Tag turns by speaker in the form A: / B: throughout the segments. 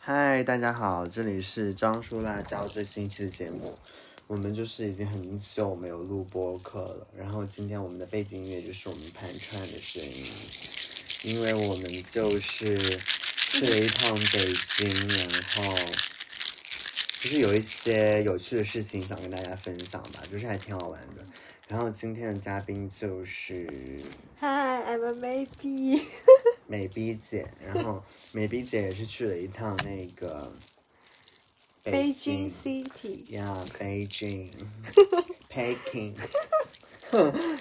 A: 嗨，大家好，这里是张叔辣椒最新一期的节目。我们就是已经很久没有录播客了，然后今天我们的背景音乐就是我们盘串的声音，因为我们就是去了一趟北京，然后就是有一些有趣的事情想跟大家分享吧，就是还挺好玩的。然后今天的嘉宾就是
B: 嗨，I'm a baby。
A: 美逼姐，然后美逼姐也是去了一趟那个
B: 北京 City，
A: 呀，北 京，Peking，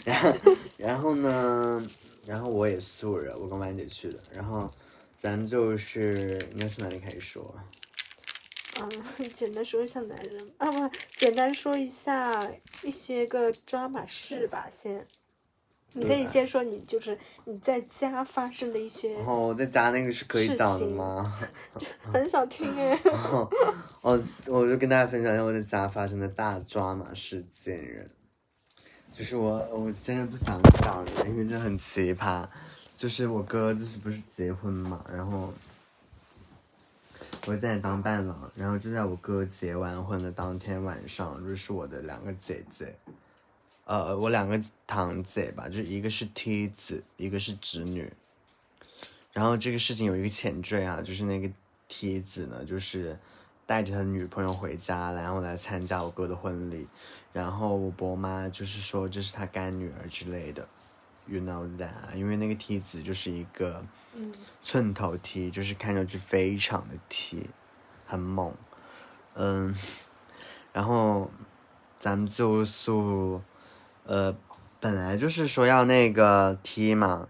A: 然后然后呢，然后我也素人，我跟婉姐去的，然后咱们就是你要从哪里开始说？
B: 嗯，简单说一下男人啊，不，简单说一下一些个抓马事吧，先。你可以
A: 对
B: 先说你就是你在家发生的一些，
A: 然后我在家那个是可以
B: 事
A: 讲的
B: 情
A: 吗？
B: 很想听哎。
A: 哦，我就跟大家分享一下我在家发生的大抓马事件人，就是我我真的不想讲了，因为这很奇葩。就是我哥就是不是结婚嘛，然后我在当伴郎，然后就在我哥结完婚的当天晚上，就是我的两个姐姐，呃，我两个堂姐吧，就是一个是梯子，一个是侄女。然后这个事情有一个前缀啊，就是那个梯子呢，就是带着他的女朋友回家了，然后来参加我哥的婚礼。然后我伯妈就是说这是他干女儿之类的，you know that，因为啊那个梯子就是一个寸头梯，就是看上去非常的梯，很猛，嗯，然后咱们住宿，呃，本来就是说要那个梯嘛，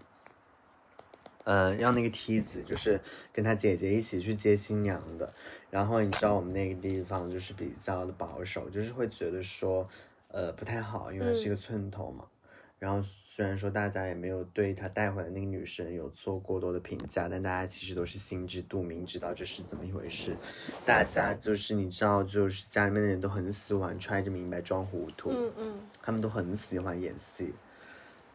A: 呃，要那个梯子，就是跟他姐姐一起去接新娘的。然后你知道我们那个地方就是比较的保守，就是会觉得说，呃，不太好，因为它是一个寸头嘛。然后虽然说大家也没有对他带回来那个女生有做过多的评价，但大家其实都是心知肚明，知道这是怎么一回事。大家就是你知道，就是家里面的人都很喜欢揣着明白装糊涂。
B: 嗯嗯，
A: 他们都很喜欢演戏，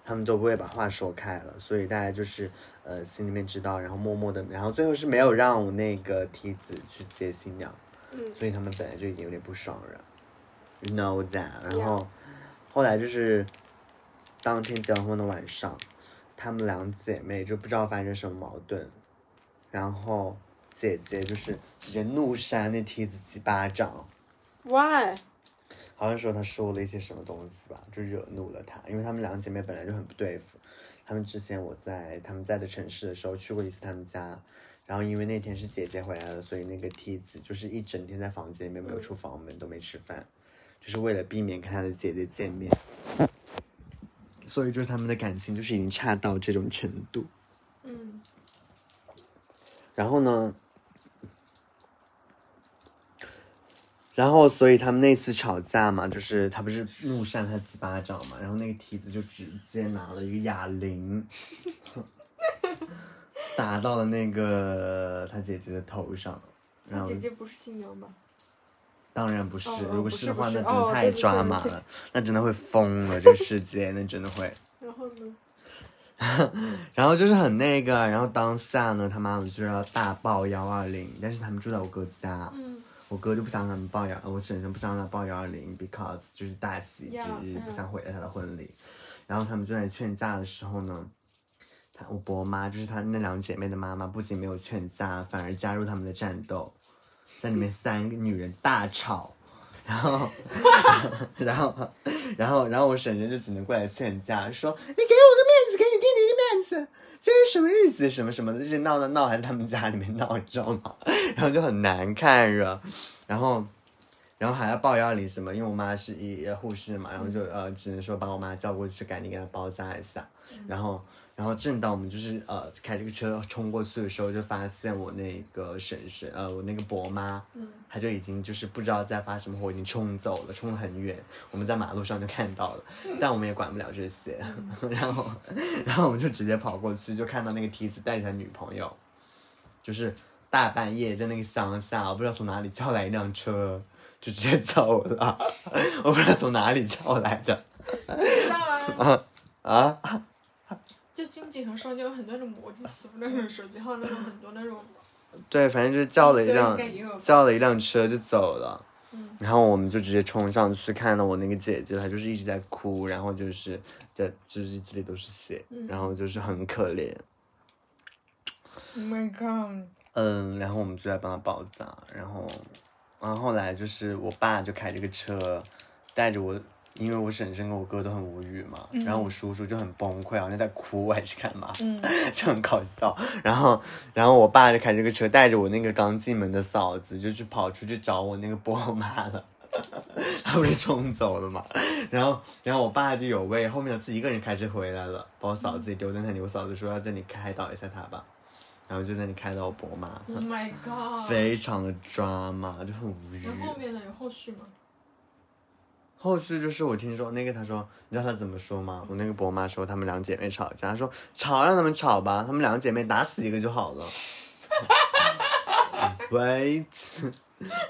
A: 他们都不会把话说开了，所以大家就是呃心里面知道，然后默默的，然后最后是没有让我那个梯子去接新娘，
B: 嗯
A: 所以他们本来就已经有点不爽了，you know that，然后后来就是当天结完婚的晚上，她们两姐妹就不知道发生什么矛盾，然后姐姐就是直接怒扇那梯子几巴掌。
B: ，Why？
A: 好像说他说了一些什么东西吧，就惹怒了他，因为他们两姐妹本来就很不对付。他们之前我在他们在的城市的时候去过一次他们家，然后因为那天是姐姐回来了，所以那个梯子就是一整天在房间里面没有出房门，都没吃饭，就是为了避免跟他的姐姐见面。所以就是他们的感情就是已经差到这种程度。
B: 嗯
A: 然后呢，然后所以他们那次吵架嘛，就是他不是怒扇他几巴掌嘛，然后那个梯子就直接拿了一个哑铃，打到了那个他姐姐的头上，然后
B: 姐不是新娘吗？
A: 当然不是，
B: 哦哦
A: 如果
B: 不
A: 是
B: 是
A: 的
B: 不
A: 话，
B: 是
A: 那真的
B: 哦
A: 太
B: 对对
A: 抓
B: 对
A: 马
B: 对
A: 了，那真的会疯了，这个世界，那真的会。
B: 然后呢？
A: 然后就是很那个，然后当下呢，他妈妈就要大报幺二零，但是他们住在我哥家，
B: 嗯
A: 我哥就不想让他们报幺，呃我婶婶不想让他报幺二零，because 就是大喜之
B: Yeah，
A: 日，不
B: 嗯
A: 想毁了他的婚礼。然后他们就在劝架的时候呢，他我伯妈就是他那两姐妹的妈妈，不仅没有劝架，反而加入他们的战斗，在里面三个女人大吵，然后然后然后然后我婶婶就只能过来劝架，说你给我个面子，给你弟弟一个面子，今天什么日子什么什么的，就是闹闹闹，还在他们家里面闹，你知道吗？ 然后就很难看着，然后。然后还要报幺二零什么，因为我妈是医呃护士嘛，然后就呃只能说把我妈叫过去，赶紧给她包扎一下。然后，然后正当我们就是呃开这个车冲过去的时候，就发现我那个婶婶呃我那个伯妈，
B: 嗯，
A: 她就已经就是不知道在发什么火，已经冲走了，冲得很远。我们在马路上就看到了，
C: 嗯
A: 但我们也管不了这些。 然后，然后我们就直接跑过去，就看到那个梯子带着他女朋友，就是大半夜在那个乡下，我不知道从哪里叫来一辆车，就直接走了。 我不知道从哪里叫来的
C: 知道啊，
A: 啊。
C: 就经济上说，就有很多那种魔术那种手机号那种很多那种
A: 对，反正就是叫了一
C: 对
A: 辆
C: 应该也有嗯
A: 叫了一辆车就走了。然后我们就直接冲上去，看到我那个姐姐，她就是一直在哭，然后就是在就是这里都是血，
C: 嗯
A: 然后就是很可怜，
C: Oh my god！
A: 嗯，然后我们就在帮她包扎，然后，然后后来就是我爸就开着个车，带着我，因为我婶婶跟我哥都很无语嘛，然后我叔叔就很崩溃，好像在哭还是干嘛，
C: 嗯，
A: 就很搞笑。然后，然后我爸就开着个车，带着我那个刚进门的嫂子，就去跑出去找我那个波妈了。 他不是冲走了嘛，然后，然后我爸就有位，后面自己一个人开车回来了，把我嫂子也丢在那里。我嫂子说要在那里开导一下他吧，然后就在那里开导我伯妈，
C: Oh my god！
A: 非常的抓嘛，就很无语。
C: 然后后面呢？有后续吗？
A: 后续就是我听说那个，他说，你知道他怎么说吗？我那个伯妈说，她们两姐妹吵架，她说吵让她们吵吧，她们两个姐妹打死一个就好了。Wait，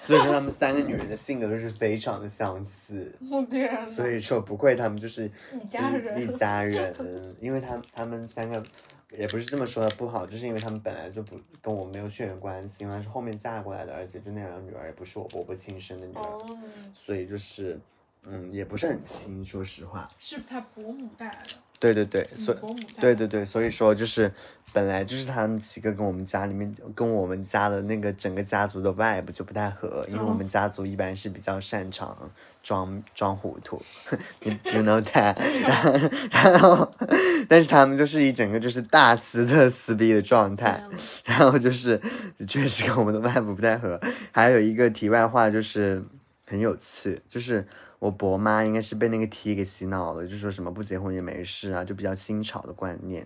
A: 所以说她们三个女人的性格都是非常的相似，
C: 我天哪！
A: 所以说不愧她们就是
C: 你
A: 就
C: 家
A: 是一
C: 人
A: 家人，因为她她们三个也不是这么说的不好，就是因为她们本来就不跟我没有血缘关系，因为她是后面嫁过来的，而且就那两个女儿也不是我伯伯亲生的女儿。
C: 哦，
A: 所以就是，嗯，也不是很亲，说实话。
C: 是他伯母带来的，
A: 对对对，
C: 你
A: 所以
C: 伯母带来的。
A: 对对对，所以说就是本来就是他们几个跟我们家里面跟我们家的那个整个家族的 vibe 就不太合，因为我们家族一般是比较擅长装装糊涂 ，you you know that，然 后然后，但是他们就是一整个就是大撕特撕逼的状态，然后就是确实跟我们的外部不太合。还有一个题外话就是很有趣，就是我伯妈应该是被那个 T 给洗脑了，就说什么不结婚也没事啊，就比较新潮的观念。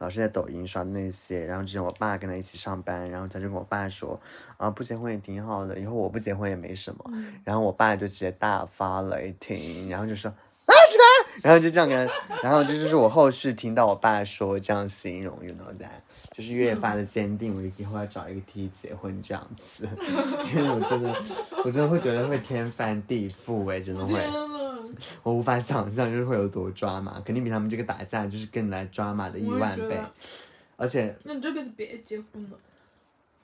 A: 老是在抖音刷那些，然后之前我爸跟他一起上班，然后他就跟我爸说，啊不结婚也挺好的，以后我不结婚也没什么。然后我爸就直接大发雷霆，然后就说啊什么，然后就这样跟他，然后这就是我后续听到我爸说这样形容，you know that，就是越发的坚定我以后要找一个 T 结婚这样子， 因为我真的我真的会觉得会天翻地覆哎、真的会。
C: 天呐，
A: 我无法想象就是会有多抓马，肯定比他们这个打架就是更来抓马的一万
C: 我也
A: 倍
C: 觉得，
A: 而且
C: 那你这辈子别结婚了。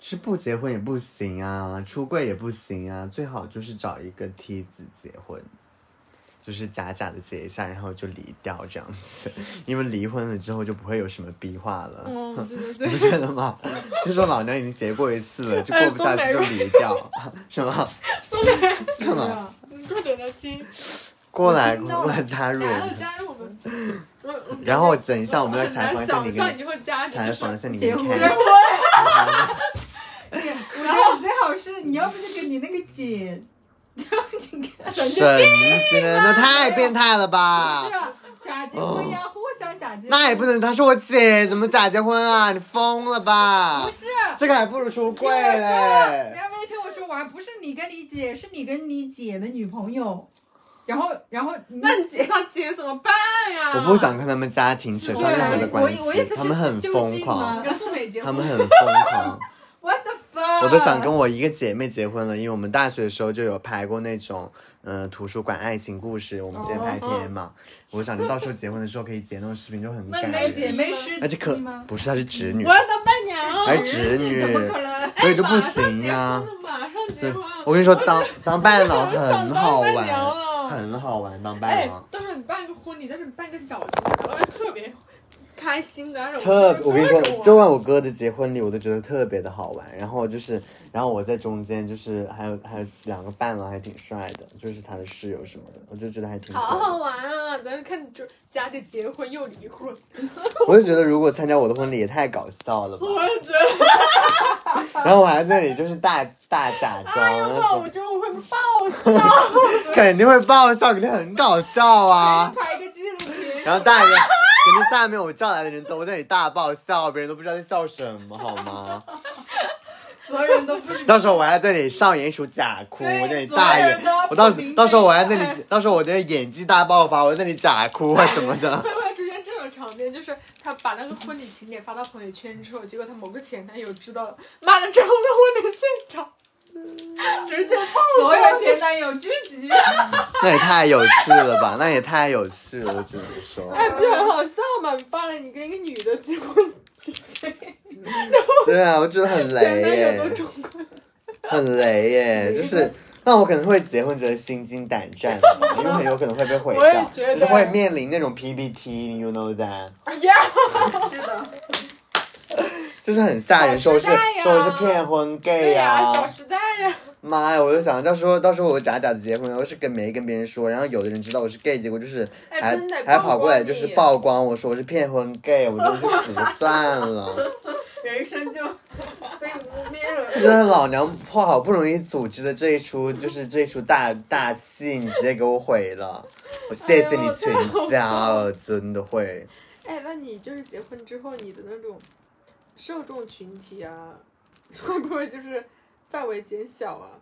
A: 是不结婚也不行啊，出柜也不行啊，最好就是找一个梯子结婚，就是假假的结一下，然后就离掉这样子，因为离婚了之后就不会有什么逼话了。
C: 嗯，对对
A: 你不
C: 对，
A: 觉得吗？就说老娘已经结过一次 了，就过不下去就离掉，什么
C: 松磊，
A: 干嘛？
C: 你快点来听，
A: 过来
C: 我听
A: 过
C: 到了
A: 来加入我
C: 然后
A: 们，
C: 加入我们。我我
A: 然后等一下我
C: 我
A: 们来
C: 很
A: 采访一
C: 难
A: 下你
C: 想象
A: 跟
C: 以后家庭
A: 采访一下你
D: 结
A: 跟
D: 婚
A: Ken
C: 结。婚，
D: 我觉得你最好是你要不就跟你那个姐，你看咱就
A: 神经，那太变态了吧
D: 是！啊假结婚呀，互相假结婚。
A: 那也不能，她是我姐，怎么假结婚啊？你疯了吧
C: 啊
D: 不？是，你
A: 这个还不如出柜
D: 你
A: 嘞！
D: 还没听我说完，不是你跟你姐，是你跟你姐的女朋友，然后然后你
C: 那你结到结怎么办呀？
A: 我不想跟他们家庭扯上任何的关系
D: 我我意思，是
A: 他们很疯
D: 就近
A: 狂
D: 吗，
C: 跟宋磊结
A: 他
C: 婚
A: 们。很疯狂，
D: what the fuck，
A: 我都想跟我一个姐妹结婚了，因为我们大学的时候就有拍过那种，嗯，图书馆爱情故事，我们之前拍片嘛，我想着到时候结婚的时候可以截那种视频，就很
D: 哦那
A: 感
D: 你的
A: 人，
D: 姐妹是
A: 而且哎可
D: 弟吗？哦
A: 不是她是侄女
C: 我，要当伴娘，
A: 还是侄女，
D: 怎么可能？
A: 所以就不
C: 马上
A: 行
C: 结
A: 呀、
C: 婚了，马上结
A: 对
C: 婚。，
A: 我跟你说，当当伴郎
C: 想
A: 很
C: 当
A: 好
C: 伴娘
A: 玩，
C: 了
A: 很好玩。当伴
C: 哎
A: 郎，，
C: 到时候你办个婚礼，但是你办个小型的，我会特别开心的，而且
A: 特
C: 我
A: 我跟你
C: 会
A: 说
C: 各种，
A: 周
C: 玩
A: 晚我哥的结婚礼，我都觉得特别的好玩。然后就是，然后我在中间，就是还有还有两个伴郎还挺帅的，就是他的室友什么的，我就觉得还挺
C: 好好
A: 好。
C: 玩啊！咱看你这佳姐结婚又离婚，
A: 我就觉得如果参加我的婚礼也太搞笑了吧。
C: 我 也觉得，
A: 然后我还在那里就是大大假装，
C: 哎呀
A: 然后
C: 妈，
A: 说
C: 我觉得我会爆笑。
A: 肯定会爆笑，肯定很搞笑啊。
D: 拍一个纪录片，
A: 然后大人， 肯定下面我叫来的人都在那里大爆笑，别人都不知道在笑什么，好 吗？
D: 所有人都不知道。
A: 到时候我还在那里上演一出假哭，
D: 对
A: 我在那里大
D: 所有
A: 演
D: 人都要，
A: 我到
D: 不明白
A: 到时候我还在那里，到时候我在演技大爆发，我在那里假哭啊什么 的。
C: 会不会出现这种场面？就是他把那个婚礼情景发到朋友圈之后，结果他某个前男友知道了，妈的，成了婚礼现场， 直接爆
D: 所有前男友聚 集，
A: 那也太有趣了吧，那也太有趣 了，我只能说。
C: 哎，不是很好笑吗？你发了你跟一个女的结婚几岁？
A: 对啊，我觉得很雷
C: 前男友
A: 耶
C: 都，中过，
A: 很雷 耶，就是。那我可能会结婚觉得心惊胆战，因为很有可能会被毁
C: 我也
A: 掉，
C: 觉得
A: 就是会面临那种 PPT，you know that，
C: 哎呀，
D: 是的，
A: 就是很吓人，说我
C: 小时
A: 是
C: 代呀
A: 说我是骗婚 gay
C: 对呀、
A: 呀、
C: 小时代呀、
A: 妈呀！我就想到时候到时候我假假的结婚，然后是跟没跟别人说，然后有的人知道我是 gay，结果就是
C: 哎
A: 还
C: 真的
A: 还
C: 曝
A: 跑
C: 光
A: 过来就是
C: 你
A: 曝光我说我是骗婚 gay，我真是 服算了。
D: 人生就被污蔑了。
A: 真的老娘破好不容易组织的这一出 就是这一出大大戏，你直接给我毁 了，我谢谢你全家了，真的会。
C: 哎，那你就是结婚之后，你的那种受众群体啊， 会不会就是范围减小啊？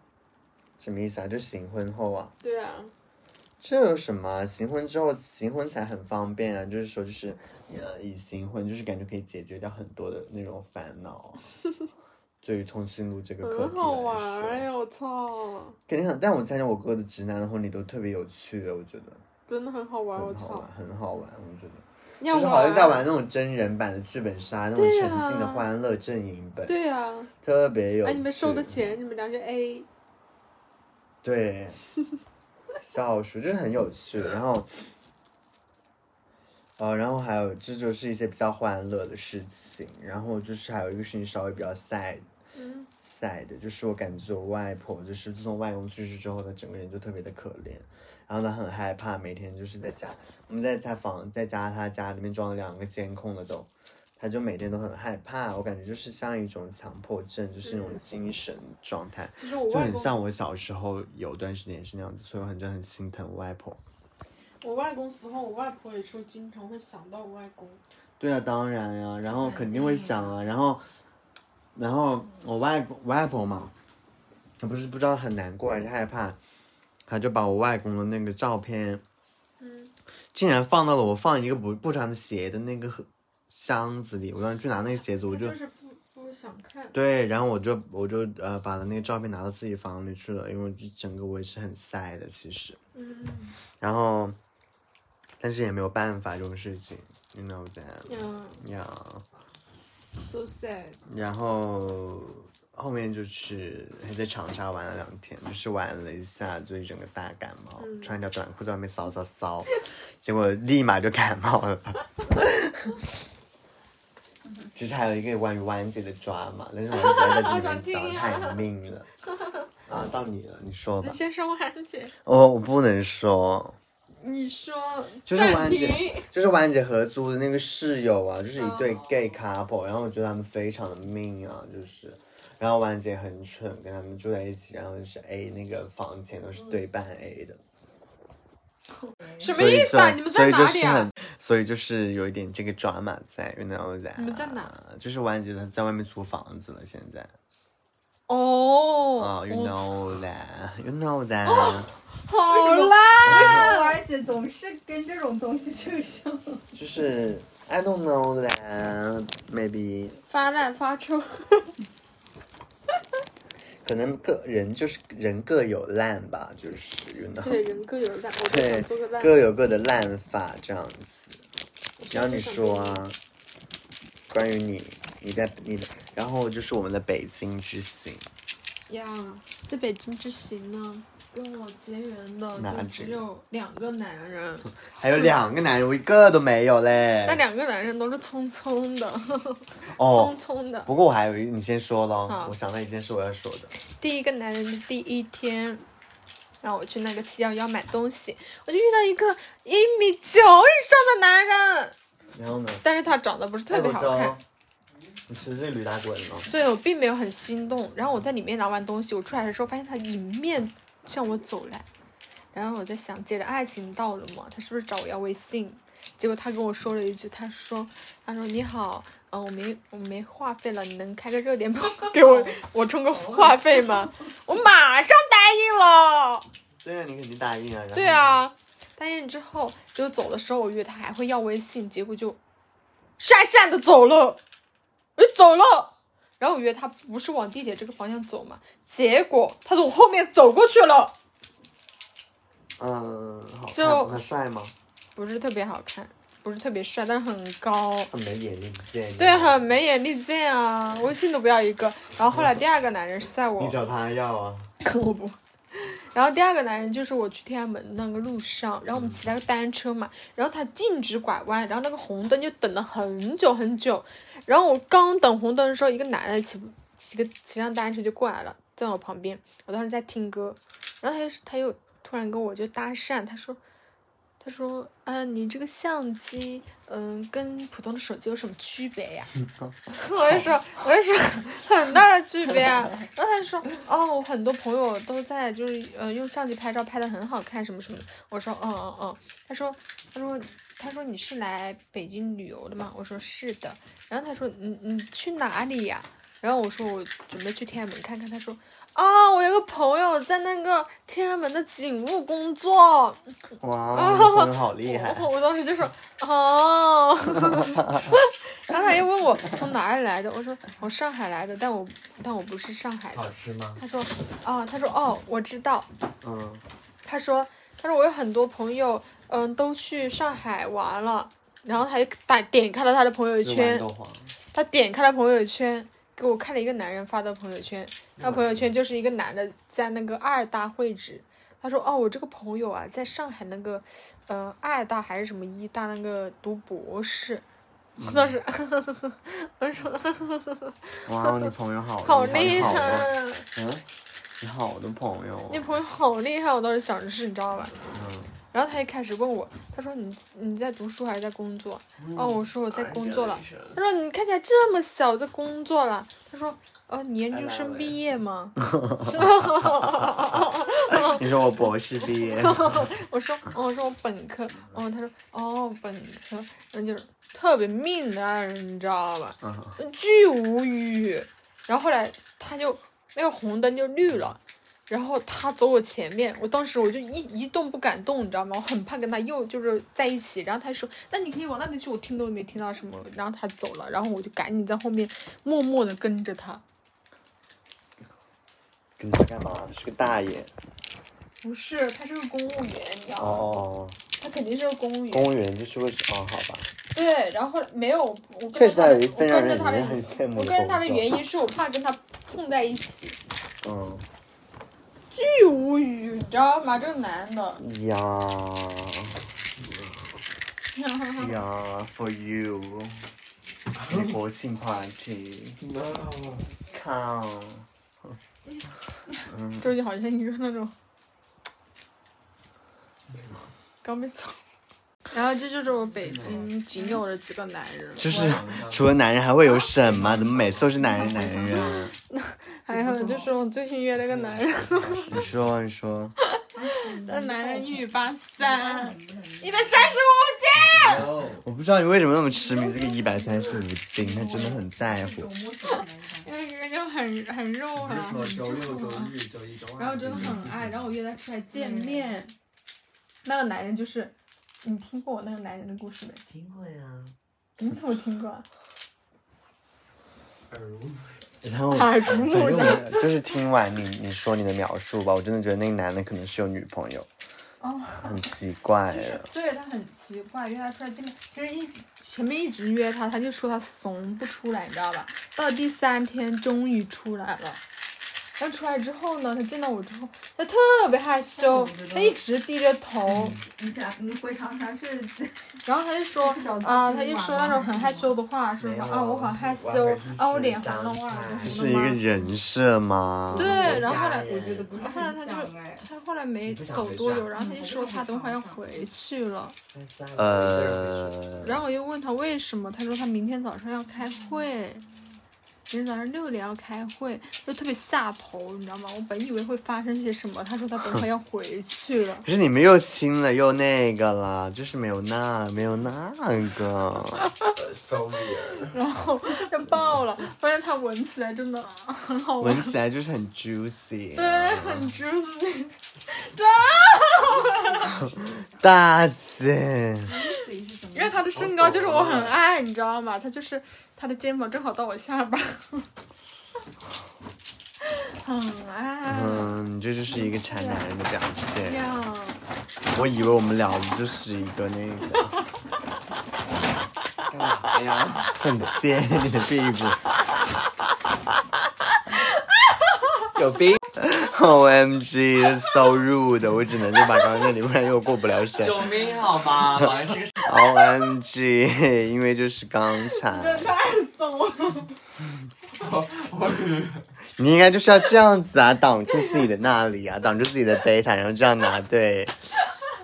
A: 什么意思啊？就行婚后啊？
C: 对啊，
A: 这有什么啊？行婚之后，行婚才很方便啊！就是说，就是呃，以行婚就是感觉可以解决掉很多的那种烦 恼。对于通讯录这个课
C: 很
A: 题
C: 好
A: 来
C: 玩儿
A: 说，
C: 呀！我操，
A: 肯定很。但我参加我哥的直男的婚礼都特别有趣，我觉得
C: 真的很好玩儿！啊我
A: 很好
C: 操
A: 玩，，很好玩。我觉得
C: 你要
A: 就是
C: 玩啊
A: 好像在玩
C: 儿？
A: 那种真人版的剧本杀，那种
C: 对
A: 沉浸的
C: 啊
A: 欢乐阵营本，
C: 对啊，
A: 特别有趣。
C: 哎，你们收的钱，你们俩就 A。
A: 对，笑鼠就是很有趣。然后，呃，然后还有这就是一些比较欢乐的事情。然后就是还有一个事情稍微比较 sad
C: 嗯，
A: sad 的，就是我感觉我外婆就是自从外公去世之后呢，整个人就特别的可怜。然后她很害怕，每天就是在家，我们在她房，在家她家里面装了两个监控了都。她就每天都很害怕，我感觉就是像一种强迫症，就是那种精神状态。
C: 其实我
A: 就
C: 外
A: 很
C: 公，
A: 像我小时候有段时间也是那样子，所以我很真的很心疼我外婆。
C: 我外公死后，我外婆也说经常会想到我外公。
A: 对啊，当然呀、然后
D: 肯
A: 肯定会
D: 定
A: 想啊，然后，然后我外公我外婆嘛，她不是不知道很难过还是害怕，她就把我外公的那个照片，
C: 嗯，
A: 竟然放到了我放一个不不穿鞋的那个盒箱子里，我当时去拿那个鞋子，我
C: 他
A: 就
C: 就是不不想看。
A: 对，然后我就我就呃把那个照片拿到自己房里去了，因为我整个我也是很塞的其实。
C: 嗯
A: 然后，但是也没有办法这种事情，you know that，
C: 呀
A: 呀、
C: ，so 嗯 sad。
A: 然后后面就是还在长沙玩了两天，就是玩了一下，就一整个大感冒，穿一条短裤在外面骚骚骚，结果立马就感冒了。其实还有一个关于丸子的抓嘛，但是丸子在这里
C: 好
A: 面
C: 想
A: 讲
C: 听
A: 太
C: 啊
A: 命了。啊，到你了，你说吧哦
C: 你。先说完姐，
A: 我我不能说。
C: 你说
A: 就是
C: 暂
A: 完结
C: 停
A: 就是婉姐合租的那个室友啊，就是一
C: 哦
A: 对 gay couple，然后我觉得他们非常的命啊，就是，然后婉姐很蠢，跟他们住在一起，然后就是 A 那个房钱都是对半 A 的，
C: 什么
A: 所以
C: 意
A: 就
C: 思啊？你们在
A: 所
C: 哪
A: 以就
C: 里
A: 是
C: 啊
A: 很？，所以就是有一点这个抓马在，you know that？
C: 你们在哪？
A: 就是婉姐她在外面租房子了，现在啊、
C: 哦
A: y o u know that，you know that，、
C: 好啦，
D: 为什么我二姐总是跟这种东西扯上？
A: 就是 I don't know that，maybe。
C: 发烂发臭，
A: 可能个人就是人各有烂吧，就是运动
C: 对，人各有烂，我都
A: 对
C: 想做个烂。
A: 各有各的烂法这样子。
C: 我是
A: 然后你
C: 非常
A: 说
C: 内疚，
A: 啊，关于你，你在你的，然后就是我们的北京之行，
C: 呀，在北京之行呢，跟我结缘的
A: 哪
C: 就
A: 几
C: 只
A: 个
C: 有两个男人，
A: 还有两个男人，我一个都没有嘞
C: 嗯那。两个男人都是匆匆的，
A: 哦
C: 匆，匆的。
A: 不过我还有一，你先说咯
C: 好。
A: 我想到一件事我要说的，
C: 第一个男人的第一天，然后我去那个七幺幺买东西，我就遇到一个一米九以上的男人，
A: 然后呢？
C: 但是他长得不是特别好
A: 哎我。知
C: 看
A: 道你吃这个驴打滚了。
C: 所以我并没有很心动。然后我在里面拿完东西，我出来的时候发现他迎面向我走来，然后我在想，姐的爱情到了吗？他是不是找我要微信？结果他跟我说了一句，他说：“他说你好，嗯、我没我没话费了，你能开个热点帮 给我我充个话费吗？” 我马上答应了。
A: 对啊，你肯定答应啊。然后
C: 对啊，答应之后，结果走的时候，我以为他还会要微信，结果就讪讪的走了，我就走了。然后我以为他不是往地铁这个方向走嘛，结果他从我后面走过去了，
A: 嗯，好看
C: 就
A: 嗯吗他帅吗？
C: 不是特别好看。不是特别帅，但是很高，
A: 很没眼力见。
C: 对，很没眼力见啊，微信都不要一个。然后后来第二个男人是在我
A: 你找他要啊？
C: 我不。然后第二个男人就是我去天安门那个路上，然后我们骑那个单车嘛，然后他径直拐弯，然后那个红灯就等了很久很久，然后我刚等红灯的时候，一个男的骑骑个骑辆单车就过来了，在我旁边，我当时在听歌，然后他又他又突然跟我就搭讪，他说他说啊你这个相机嗯跟普通的手机有什么区别呀？ 我就说我就说 很大的区别啊。然后他就说，哦，我很多朋友都在就是呃用相机拍照拍的很好看什么什么的。我说，嗯嗯嗯。他说，他说，他说你是来北京旅游的吗？我说是的。然后他说，你你去哪里呀？然后我说我准备去天安门看看。他说，啊，我有个朋友在那个天安门的警务工作。
A: 哇，你的朋友好厉害！
C: 我我当时就说哦， 然后他又问我从哪里来的，我说我上海来的，但我但我不是上海
A: 好
C: 的。
A: 吃吗？
C: 他说啊、他说哦，我知道。
A: 嗯，
C: 他说他说我有很多朋友，嗯，都去上海玩了。然后他就打点开了他的朋友
A: 就豌
C: 圈
A: 豆，黄。
C: 他点开了朋友圈，给我看了一个男人发的朋友圈，那朋友圈就是一个男的在那个二大会址，他说哦，我这个朋友啊，在上海那个，呃，二大还是什么一大那个读博士，我当时，我说
A: 哇，你朋友好
C: 好
A: 厉
C: 厉
A: 害，你好多嗯，你好
C: 害，
A: 多朋友哦，
C: 你朋友好厉害，我当时想的是，你知道吧？
A: 嗯，
C: 然后他一开始问我，他说你你在读书还是在工作？哦，我说我在工作了。他说你看起来这么小就工作了。他说呃，你研究生毕业吗？ 哦
A: 你说我博士毕业，
C: 我说，哦，我说我本科，哦，他说，哦，本科，那就是特别命的那人，你知道吧？
A: 嗯，
C: 巨无语。然后后来他就那个红灯就绿了，然后他走我前面，我当时我就一一动不敢动，你知道吗？我很怕跟他又就是在一起。然后他说，那你可以往那边去，我听都没听到什么。然后他走了，然后我就赶紧在后面默默的跟着他。
A: 跟他干嘛？是个大爷
C: 不是，他是个公务员，你知道吗？
A: 哦，
C: 他肯定是个公务员。
A: 公务员就是为什哦，好吧，
C: 对，然后没有，我跟
A: 确
C: 着
A: 实
C: 他
A: 他
C: 的
A: 有一，
C: 我
A: 份让
C: 跟着
A: 人
C: 他的，
A: 很羡慕
C: 我
A: 的
C: 跟着他的
A: 工作
C: 原因是我怕跟他碰在一起，
A: 嗯
C: 巨无语，你知道吗？这个男的，
A: 呀呀，for you，美国庆 party，靠，
C: 周杰好像一个那种刚被揍。然后这就是我北京仅有的几个男人，
A: 就是除了男人还会有什么？怎么每次都是男人男人？啊
C: 还有哎就是我最近约了个男人，
A: 你说你说，
C: 那男人一米八三，一百三十五斤。
A: 我不知道你为什么那么痴迷这个一百三十五斤，他真的很在乎。
C: 因为哥就很很肉啊，很重啊，然后真的很爱，然后我约他出来见面，
E: 嗯
C: 那个男人就是，你听过我那个男人的故事没？
E: 听过呀，
C: 你怎么听过啊？
E: 耳濡
A: 然后
C: 耳濡目
A: 反
C: 染。
A: 正我就是听完你你说你的描述吧，我真的觉得那个男的可能是有女朋友，
C: 哦，
A: 很奇怪
E: 哎
A: 啊
C: 就是
A: 耶。
C: 对他很奇怪，约他出来见面，就是一前面一直约他，他就说他怂不出来，你知道吧？到第三天终于出来了。然后出来之后呢，他见到我之后，他特别害羞，他一直低着头，
E: 嗯
D: 你想你回长沙是
C: 然后他就说，
D: 找自己
C: 啊，他就
D: 玩
C: 说
D: 吗
C: 那种很害羞的话，说
E: 没有
C: 啊，我很害
E: 我
C: 羞
E: 还是，
C: 啊，我
E: 吃
C: 脸红了，
E: 香
C: 我耳朵
E: 菜
A: 这是
C: 红了
A: 一个
C: 吗？
A: 人设吗？
C: 对，然后后来
E: 我觉得
D: 不是
C: 后来他
D: 很
C: 就
D: 像哎
C: 他后来没
E: 你不想
C: 走
E: 回去
C: 多
E: 啊
C: 久，然后他
D: 嗯
C: 就
D: 我就
C: 说
D: 想
C: 他
D: 回
C: 等会儿要
D: 长沙
C: 回去了，
A: 呃，，
C: 然后我又问他为什么，他说他明天早上要开会，明天早上六点要开会，就特别下头，你知道吗？我本以为会发生些什么，他说他等会儿要回去了
A: 可是你们又亲了又那个了，就是没有那没有那个，
E: so weird，
C: 然后就爆了，发现他闻起来真 的很好闻
A: 闻。起来就是很 juicy。
C: 对，很 juicy，啊
A: 大姐，
C: 因为他的身高就是我很爱，你知道吗？他就是他的肩膀正好到我下巴， 很爱
A: 嗯，你这就是一个馋男人的表现。
C: 呀。
A: 我以为我们聊的就是一个那个，哎
E: 干嘛呀？
A: 很尖你的屁股。
E: 有病！
A: O M G，so rude！我只能就把刚刚那里，不然又过不了审。
E: 救命好吗？马上这个
A: O M G，因为就是刚才，
D: 太怂了。
A: 你应该就是要这样子啊，挡住自己的那里啊，挡住自己的贝塔，然后这样拿对，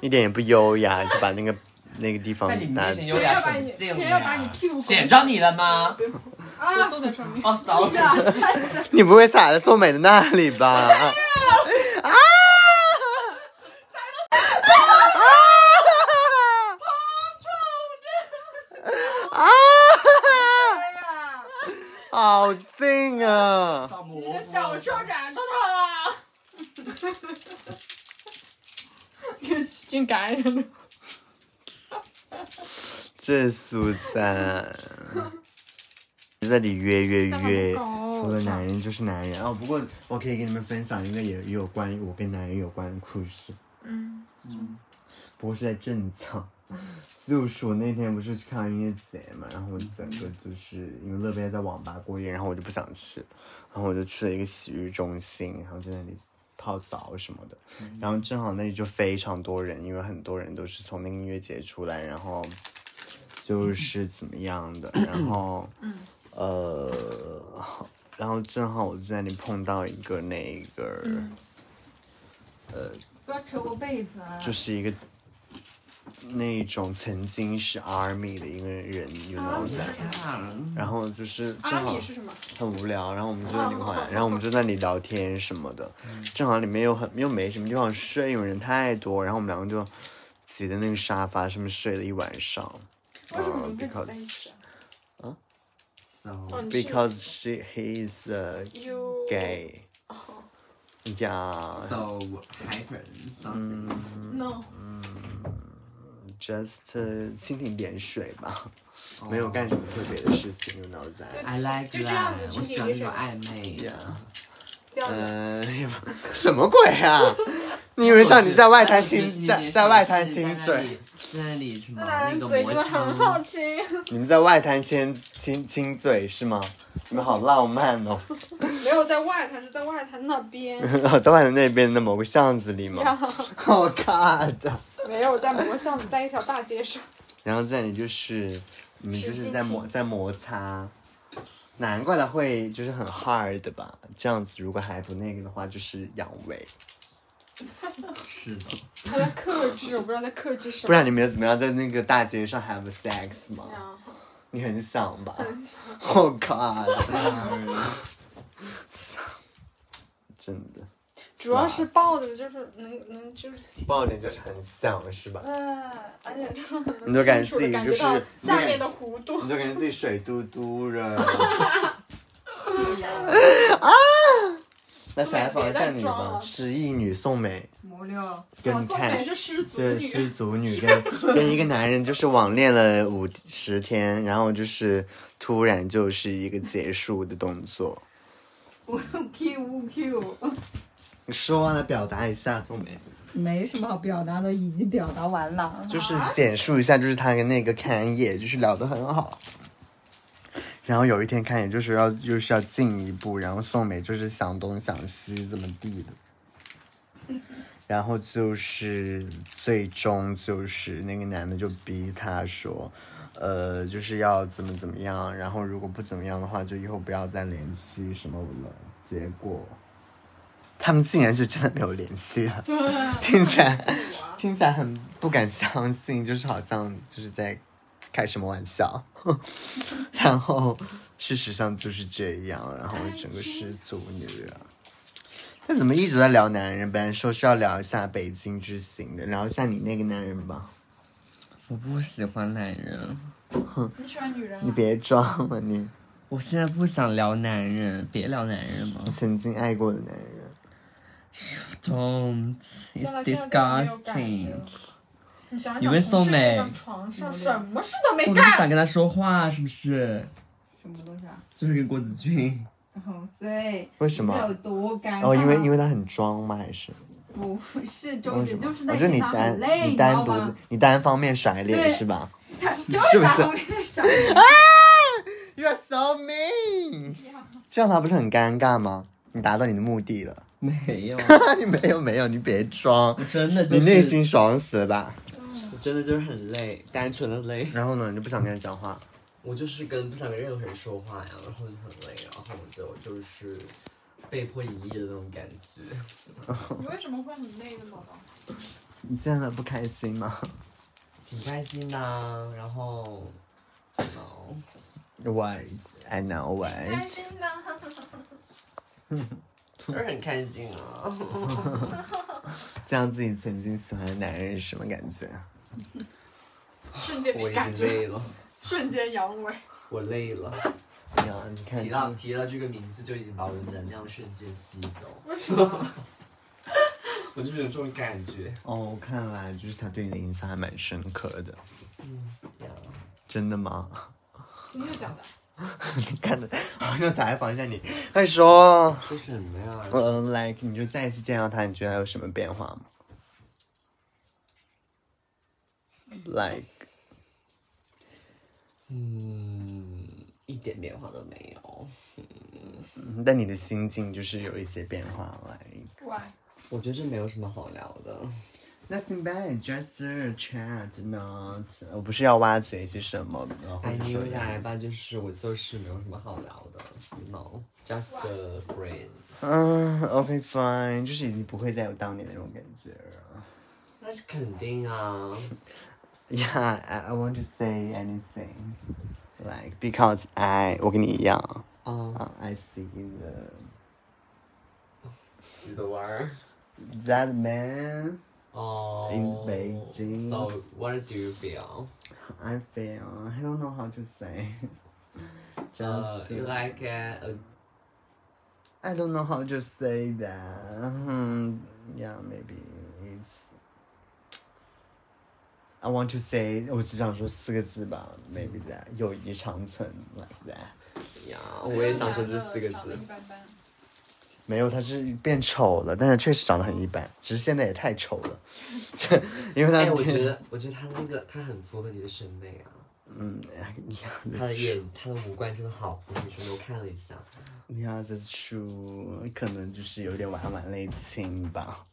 A: 一点也不优雅，就把那个那个地方
E: 在你
A: 拿
E: 面前
A: 走
E: 优
D: 谁
E: 雅
D: 要把
E: 什
D: 你
E: 么
A: 啊
E: 劲
D: 谁要把你屁股
E: 显着你了吗？
D: 啊！
C: 坐在上面。
E: 哦，sorry，
A: 你不会踩在宋美的那里吧？啊！啊！哎好近啊！
E: 好模糊
C: 脚受染到它了。啊跟细菌感染的，
A: 这苏三就在里约约约，
C: 那好高
A: 除了男人就是男人哦。不过我可以给你们分享一个也也有关于我跟男人有关的故事，
C: 嗯，
E: 嗯
A: 不过是在镇江。就是我那天不是去看音乐节嘛，然后我整个就是因为乐贝在网吧过夜，然后我就不想去，然后我就去了一个洗浴中心，然后在那里泡澡什么的，
C: 嗯
A: 然后正好那里就非常多人，因为很多人都是从那个音乐节出来，然后就是怎么样 的，然后
C: 嗯
A: 呃，好然后正好我就在那里碰到一个那个。
C: 嗯
D: 不要扯我被子啊！
C: 嗯
A: 就是一个那种曾经是 army 的一个人，you know
C: 哦
A: that。然后就是正
C: 阿
A: 好
C: 啊米是哦什么？
A: 很无聊，然后我们就在里面玩，然后我们就在那里聊天什么的。正好里面又很又没什么地方睡，因为人太多，然后我们两个就挤在那个沙发上面睡了一晚上。
C: 为什么你
A: 嗯
C: 们这挤在一
A: ，because
C: 起啊
E: ，so
C: 哦，你是
A: because she he is a
C: you
A: gay。Yeah,
E: so happen something。
A: 啊
C: no，
A: just 呃蜻蜓点水吧，没有干什么特别的事情，you know that。
E: I like
C: 就这样子
E: that，
C: 去
E: 我喜欢这
C: 理解
E: 种暧昧。
A: 呀，
C: 掉了。
A: 嗯， 什么鬼啊？你以为像你在外滩 亲在在外滩亲嘴，，
E: 在那里什么
C: 那男
E: 那
C: 人
E: 个
C: 嘴
E: 磨
C: 真的很好
E: 枪，
C: 奇，
A: 你们在外滩亲亲亲嘴是吗？你们好浪漫哦！
C: 没有在外滩，是在外滩那边，
A: 在外滩那边的某个巷子里 Oh 吗？好尬的。
C: 没有在某个巷子，在一条大街上。
A: 然后再你就是你们就是在摩在摩擦，难怪他会就是很 hard 的吧？这样子如果还不那个的话，就是阳痿。
E: 是的，
C: 他在克制，我不知道在克制什么。
A: 不然你们怎么样在那个大街上 have sex 吗？
C: 呀
A: 你很想吧？Oh
C: 很 想
A: 好尬的， 真的。
C: 主要是抱的，就是能能就是起，
A: 抱点就是很想是吧？
C: 哎，而且就是
A: 你就感觉
C: 能清楚
A: 自己
C: 的感
A: 就
C: 觉
A: 是
C: 到下面
A: 面
C: 的弧度
A: 你。就感觉自己水嘟嘟的。 啊！来采访一下你吧，失忆女宋美，
D: 魔六，
A: 跟你
C: 宋
A: 看
C: 啊美，是失足
A: 对，
C: 女，
A: 失足女跟跟一个男人就是网恋了五十天，然后就是突然就是一个结束的动作。
D: 我 Q 不 Q，
A: 你说完了，表达一下宋美。
D: 没什么好表达的，已经表达完了。
A: 就是简述一下，就是他跟那个侃野就是聊得很好。然后有一天，侃野就是要就是要进一步，然后宋美就是想东想西怎么地的，然后就是最终就是那个男的就逼他说，呃，就是要怎么怎么样，然后如果不怎么样的话，就以后不要再联系什么了。结果他们竟然就真的没有联系了， 听起来听起来很不敢相信，就是好像就是在开什么玩 笑，然后事实上就是这样，然后整个失足女啊。那怎么一直在聊男人？本来说是要聊一下北京之行的，聊一下你那个男人吧。
E: 我不喜欢男人，
C: 你喜欢女人
A: 你别装了，你
E: 我现在不想聊男人，别聊男人了。
A: 曾经爱过的男人。
C: 到
E: Don't, it's
C: 了现在都没有感觉
E: disgusting 哎
C: 了。。你想想，
E: 你问宋美
C: 同事那张床上什么事都没
E: 我都不
C: 干，
E: 想跟他说话，是不是？
D: 什么东西啊？
E: 就是跟郭子君，
D: 哦，所以
A: 为什么
D: 有多尴尬？
A: 哦，因为因
D: 为
A: 为他很装嘛，还是
D: 不是
A: 为
D: 重
A: 什
D: 点，
A: 么
D: 就是？
A: 哦我
D: 那
A: 觉得你
D: 他
A: 单
D: 很累，
A: 你
D: 知
A: 单
D: 道
A: 独
D: 吗？
A: 你单方面甩脸
D: 对
A: 是吧？
D: 他就是
A: 不
D: 打
A: 是
D: 后面的小
A: You are so mean，这样他不是很尴尬吗？你达到你的目的了，
E: 没 有，
A: 你没有没有，你别装，
E: 我真的
A: 你
E: 就是
A: 内心爽死了吧？
E: 我真的就是很累，单纯的累。
A: 然后呢，你就不想跟他讲话，
E: 我就是跟不想跟任何人说话呀，然后就很累，然后我就就是被迫营业的那种感觉。
D: 你为什么会很累呢，宝宝？
A: 你见了不开心 吗？
E: 挺开心的啊、然后，哦，
A: Why? I know why.
D: 心的，
E: 就是很开心啊。
A: 这样自己曾经喜欢的男人是什么感觉？
D: 瞬间
E: 我
D: 没
E: 已
D: 感
E: 经
D: 觉，
E: 累了，
D: 瞬间阳痿。
E: 我累了。
A: 哎呀，你看
E: 提，到提到这个名字，就已经把我的能量瞬间吸走。
D: 为什么？
E: 我就是有这种感觉。
A: 哦，看来就是他对你的影响还蛮深刻的。
E: 嗯，这样
A: 真的吗？
D: 真的假的？
A: 你看 的，好像采访一下你。他说，
E: 说什么呀？
A: 嗯，like，你就再一次见到他，你觉得他有什么变化吗？Like，
E: 嗯，一点变化都没有。
A: 嗯但你的心境就是有一些变化，like
D: 乖，
E: 我觉得这没有什么好聊的。
A: nothing bad, just a chat, not。我不是要挖掘一些什么，然后
E: 哎，
A: 就
E: 你
A: 说
E: 又来吧，就是我就是没有什么好聊的，no，just a friend。
A: 嗯，OK fine，就是已经不会再有当年那种感觉了。
E: 那是肯定啊，
A: Yeah, I, I want to say anything, like because I 我跟你一样
E: 啊、
A: 啊、i see the
E: 你的玩儿。
A: that man,
E: 哦
A: In Beijing.
E: So what do you feel?
A: I feel I don't know how to say. Just
E: Uh, you like it? Uh,
A: I don't know how to say that. Hmm, yeah, maybe it's. I want to say，我只想说四个字吧，maybe that 友谊长存，like that。
E: 呀，我也想说这四个
D: 长 得
E: 字
D: 一。般般。
A: 没有，他是变丑了，但是确实长得很一般，只是现在也太丑了， 因为他、
E: 哎，我觉得，我觉得他那个他很符合你的审美啊，
A: 嗯，yeah,
E: 他
A: that's
E: 的眼他的五官真的好符合你审美，我看了一下。
A: yeah, that's true，可能就是有点晚晚类青吧，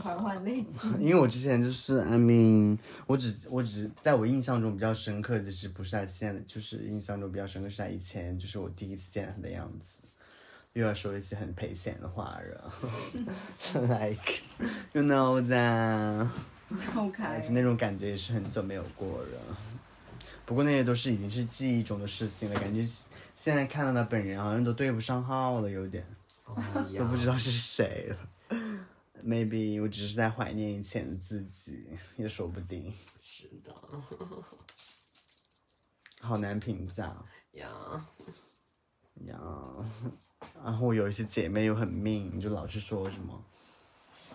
D: 缓缓累积。
A: 因为我之前就是 I mean，我只我只在我印象中比较深刻的是不是他现在，就是印象中比较深刻是他以前就是我第一次见他的样子。又要说一些很赔钱的话了 ，like you know that。而
D: OK
A: 且那种感觉也是很久没有过了。不过那些都是已经是记忆中的事情了，感觉现在看到他本人好像都对不上号了，有点
E: 哦呀
A: 都不知道是谁了。Maybe 我只是在怀念以前的自己，也说不定，
E: 是的
A: 好难评价
E: 呀，
A: 呀。然后我有一些姐妹又很命，就老是说什么，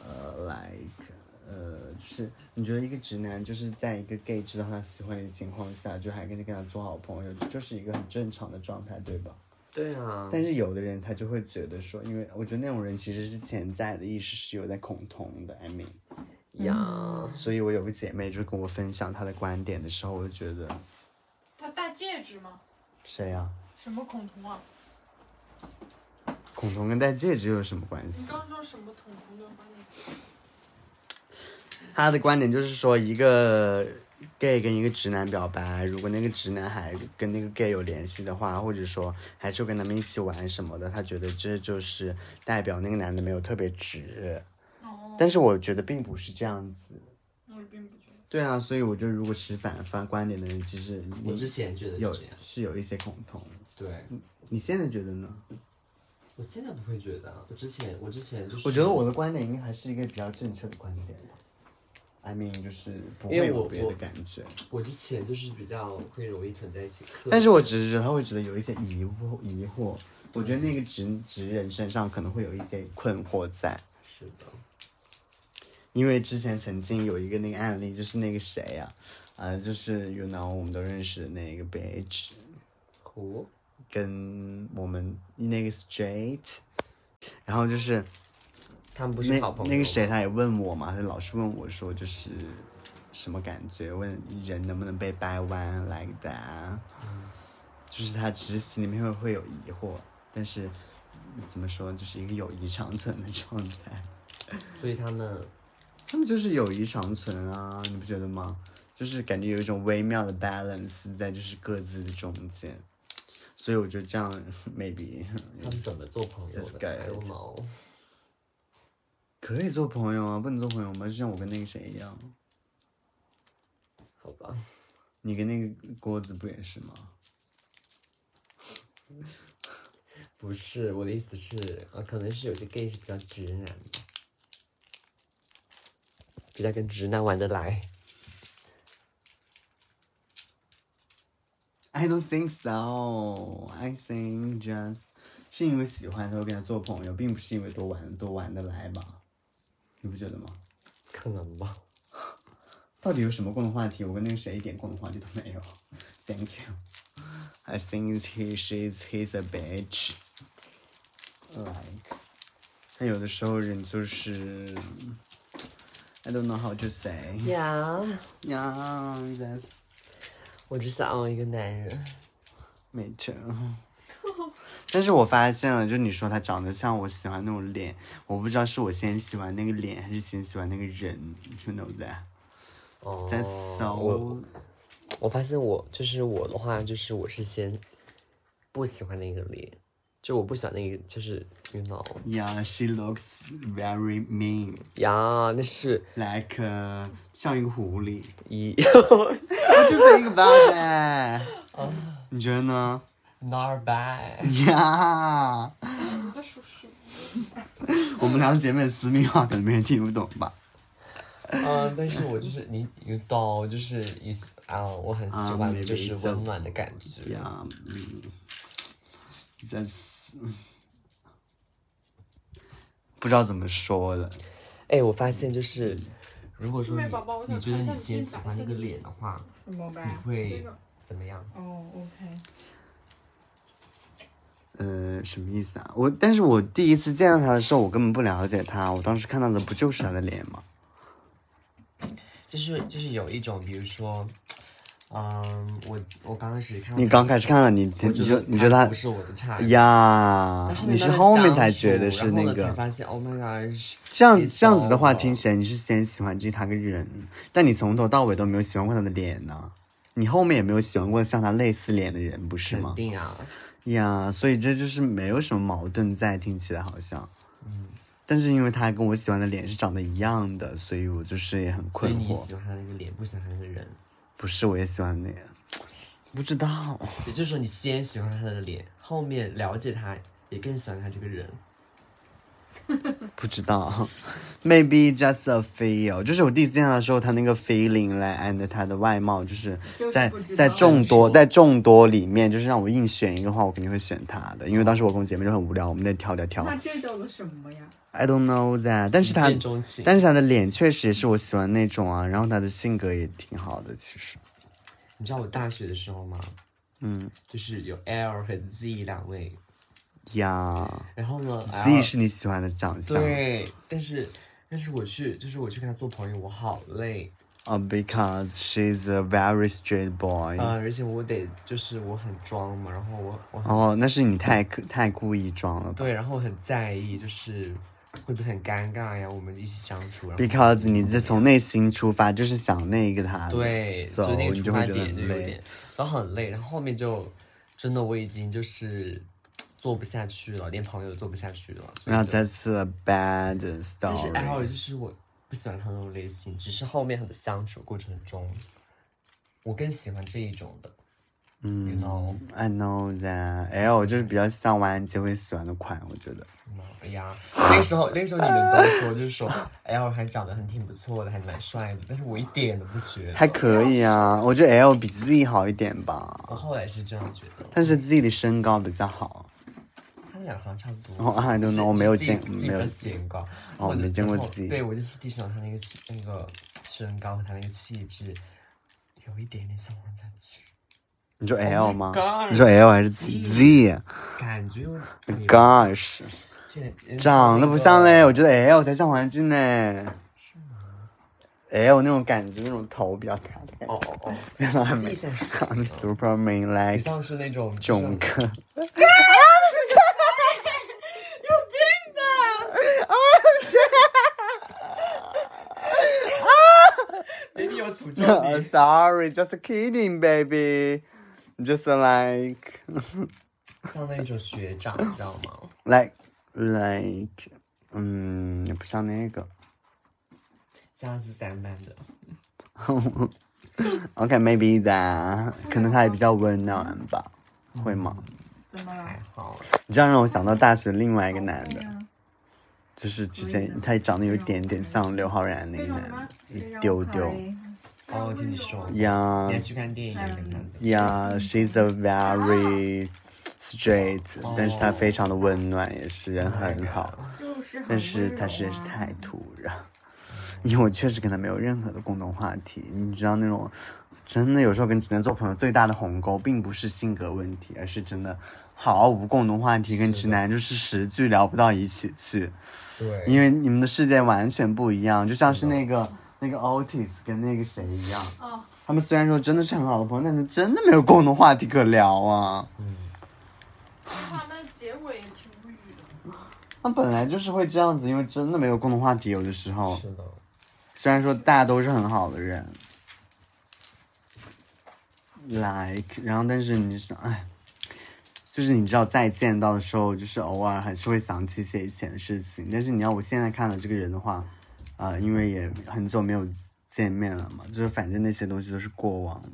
A: 呃，like，呃，就是你觉得一个直男就是在一个 gay 知道他喜欢你的情况下，就还跟着跟他做好朋友，就是一个很正常的状态，对吧？
E: 对啊，
A: 但是有的人他就会觉得说，因为我觉得那种人其实是潜在的意识是有在恐同的，I mean，
E: 呀，
A: 所以我有个姐妹就跟我分享她的观点的时候，我就觉得
D: 他戴戒指吗？
A: 谁啊呀、
D: 什么恐同啊？
A: 恐同跟戴戒指有什么关
D: 你
A: 系？
D: 刚说什么恐同的观点？
A: 她的观点就是说，一个 gay 跟一个直男表白，如果那个直男还跟那个 gay 有联系的话，或者说还是跟他们一起玩什么的，她觉得这就是代表那个男的没有特别直。
D: 哦，
A: 但是我觉得并不是这样子。
D: 我并不觉得。
A: 对啊，所以我觉得如果持反方观点的人，其实
E: 我
A: 你
E: 之前觉得
A: 有
E: 是这样，
A: 是有一些恐同。
E: 对，
A: 你现在觉得呢？
E: 我现在不会觉得啊，我之前我之前就是，
A: 我觉得我的观点应该还是一个比较正确的观点。I mean，就是不会
E: 因为
A: 有
E: 我
A: 别的
E: 我
A: 感觉。
E: 我之前就是比较会容易存在一起客，
A: 但是我只是觉得他会觉得有一些疑惑，疑惑。我觉得那个直直人身上可能会有一些困惑在，
E: 是的，
A: 因为之前曾经有一个那个案例，就是那个谁呀、啊，呃，就是有 o 我们都认识的那个 bitch，
E: 胡
A: 跟我们那个 straight，然后就是
E: 他们不是
A: 那
E: 好朋友，
A: 那个谁，他也问我嘛，他老是问我说，就是什么感觉？问人能不能被掰弯，like that，就是他其实心里面会会有疑惑，但是怎么说，就是一个友谊长存的状态。
E: 所以他们
A: 他们就是友谊长存啊，你不觉得吗？就是感觉有一种微妙的 balance 在，就是各自的中间。所以我就这样 maybe
E: 他们怎么做朋友
A: Just
E: 的？
A: guide
E: 还有毛，
A: 可以做朋友啊，不能做朋友吗？就像我跟那个谁一样，
E: 好吧，
A: 你跟那个郭子不也是吗？
E: 不是我的意思是啊，可能是有些 gay 是比较直男的，比较跟直男玩得来。
A: I don't think so. I think just 是因为喜欢才会跟他做朋友，并不是因为多玩多玩得来吧？你不觉得吗？
E: 可能吧，
A: 到底有什么共同话题？我跟那个谁一点共同话题都没有。Thank you. I think he she's he's a bitch. Like，他有的时候人就是，I don't know how to say.
E: 呀，
A: Yeah, that's
E: 我只想要一个男人，
A: 没辙。但是我发现了，就你说他长得像我喜欢那种脸，我不知道是我先喜欢那个脸，还是先喜欢那个人，you know that？
E: 哦
A: That's，
E: 我
A: so
E: 我发现我就是我的话，就是我是先不喜欢那个脸，就我不喜欢那个，就是晕脑
A: yeah. She looks very mean,
E: 呀，那是
A: like、像一个狐狸。
E: 一
A: I just think about that 。你觉得呢
E: not bad。
A: ？Yeah，嗯
B: 那属实。
A: 我们两姐妹私密话可能没人听不懂吧？
E: 嗯，但是我就是你，你懂，就是意思啊，我很喜
A: 啊
E: 欢
A: ，maybe
E: 就是
A: it's
E: 温
A: a-
E: 暖的感觉。
A: Yeah，嗯，that's
E: 嗯
A: 不知道怎么说了。
E: 哎，我发现就是，如果说
C: 妹宝宝我想
E: 你你觉得
C: 看一下
E: 你
C: 你
E: 先
C: 新
E: 喜
C: 版
E: 欢那
C: 新
E: 个
C: 的
E: 脸的话，
D: 怎么
E: 你
D: 办？
E: 会怎么样？
D: 哦，OK，
A: 呃，什么意思啊？我但是我第一次见到他的时候，我根本不了解他，我当时看到的不就是他的脸吗？
E: 就是就是有一种，比如说，嗯，我我刚开始看到
A: 你
E: 他
A: 刚开始看到你，
E: 我
A: 你
E: 觉
A: 就
E: 得
A: 你觉得
E: 不是我的菜
A: 他。呀
E: 然后，
A: 你是
E: 慢慢
A: 后面
E: 相
A: 才
E: 处
A: 觉得是
E: 然后
A: 那
E: 呢才
A: 个
E: 发现，Oh my gosh，
A: 这样
E: it's
A: 这样子的话，
E: all
A: 听起来你是先喜欢就是他个人，但你从头到尾都没有喜欢过他的脸呢、你后面也没有喜欢过像他类似脸的人，不是
E: 肯
A: 吗？
E: 定啊，
A: 呀，所以这就是没有什么矛盾在，听起来好像。
E: 嗯
A: 但是因为他跟我喜欢的脸是长得一样的，所以我就是也很
E: 所
A: 困惑。
E: 以你喜欢他那个脸，不喜欢他那个人，
A: 不是，我也喜欢那 个，不知道。
E: 也就是说你先喜欢他的脸，后面了解他，也更喜欢他这个人。
A: 不知道，maybe just a feel，就是我第一次见他的时候，他那个 feeling 来 and 他的外貌，就是
D: 就是
A: 在
D: 不知
A: 在
D: 道
A: 众多
E: 是
A: 在众多里面，就是让我硬选一个话，我肯定会选他的，因为当时我跟我姐妹就很无聊，我们在挑挑挑
D: 那这叫做什么呀？
A: ，I don't know that，但是他
E: 一见钟情，
A: 但是他的脸确实也是我喜欢那种啊，然后他的性格也挺好的，其实，
E: 你知道我大学的时候吗？
A: 嗯
E: 就是有 L 和 Z 两位，
A: 呀
E: 然后呢
A: ，Z
E: ，L
A: 是你喜欢的长相
E: 对，但是但是我去就是我去跟他做朋友，我好累，
A: 啊、b e c a u s e she's a very straight boy，
E: 呃，而且我得就是我很装嘛，然后我我很、
A: 哦，那是你太刻太故意装了吧
E: 对，然后我很在意，就是会不会很尴尬呀？我们一起相处，然后
A: ？Because 你是从内心出发，就是想那个他的，
E: 对，
A: so,
E: 就那个
A: 你
E: 出
A: 就
E: 发
A: 会觉得
E: 点就
A: 很
E: 有
A: 累
E: 点。，然后很累，然后后面就真的我已经就是做不下去了，连朋友都做不下去了，所以
A: 然后
E: 就
A: that's a bad 哦
E: 但是 L 就
A: story。
E: 是我不喜欢他那种类型，只是后面很多相处过程中，我更喜欢这一种的。嗯，you know，
A: I know that L 就是比较像万姐会喜欢的款，我觉得。
E: 哎呀，那个时候那个时候你们都说就是说 L 还长得很挺不错的，还蛮帅的，但是我一点都不觉得。
A: 还可以啊，我觉得 L 比 Z 好一点吧，
E: 我后来是这样觉得，
A: 但是 Z 的身高比较好。
E: 他们俩好像差不多。
A: 哦，I don't
E: 就是
A: know，我没有
E: 自己
A: 见
E: 自己
A: 没有
E: 比较显高，
A: 哦
E: 我就
A: 没见过
E: 然后
A: 自己
E: 对我就是欣赏他那个气那个身高和他那个气质，有一点点像王家驹，
A: 你说 L 吗
E: ，Oh God
A: 你说 L 还是 Z？Gosh，
E: 感觉有点有点
A: 长得不像
E: 那
A: 嘞，
E: 个
A: 我觉得 L 才像黄俊呢。哎，我那种感觉，那种头比较大的，
E: 哦哦哦，
A: 原来还
E: 自
A: 没
E: 己想说
A: I'm Superman
E: 你
A: like 啊
E: 像是那种就是
A: 囧 哥，
E: ，baby 有诅咒你，
A: Sorry，just kidding baby，just like
E: 像那种学长，你知道吗？
A: like like，嗯，也不像那个。
E: 家资散漫的，
A: OK，maybe、that，可能他也比较温暖吧，会吗？
D: 怎么
E: 还
D: 了？
E: 好。
A: 你这样让我想到大学另外一个男的
D: 对，呀
A: 就是之前他长得有一点点像刘昊然那个男的，一丢丢
E: 哦，听你说，
A: 呀
E: 你还去看电影那个男的，
A: 呀，she's a very straight，但是她非常的温暖，也是人很好，
D: 就是很啊
A: 但是她实在是太土壤，因为我确实跟她没有任何的共同话题，你知道那种。真的有时候跟直男做朋友最大的鸿沟，并不是性格问题，而是真的毫无共同话题，跟直男就是十句聊不到一起去。
E: 对，
A: 因为你们的世界完全不一样，就像是那个那个 Otis 跟那个谁一样，
D: 哦
A: 他们虽然说真的是很好的朋友，但是真的没有共同话题可聊啊。
C: 他们结尾也挺无语的。
A: 那本来就是会这样子，因为真的没有共同话题，有的时候
E: 是的，
A: 虽然说大家都是很好的人，like，然后但是你想，哎。就是你知道，再见到的时候，就是偶尔还是会想起一些以前的事情。但是你要我现在看到这个人的话，啊、因为也很久没有见面了嘛，就是反正那些东西都是过往了。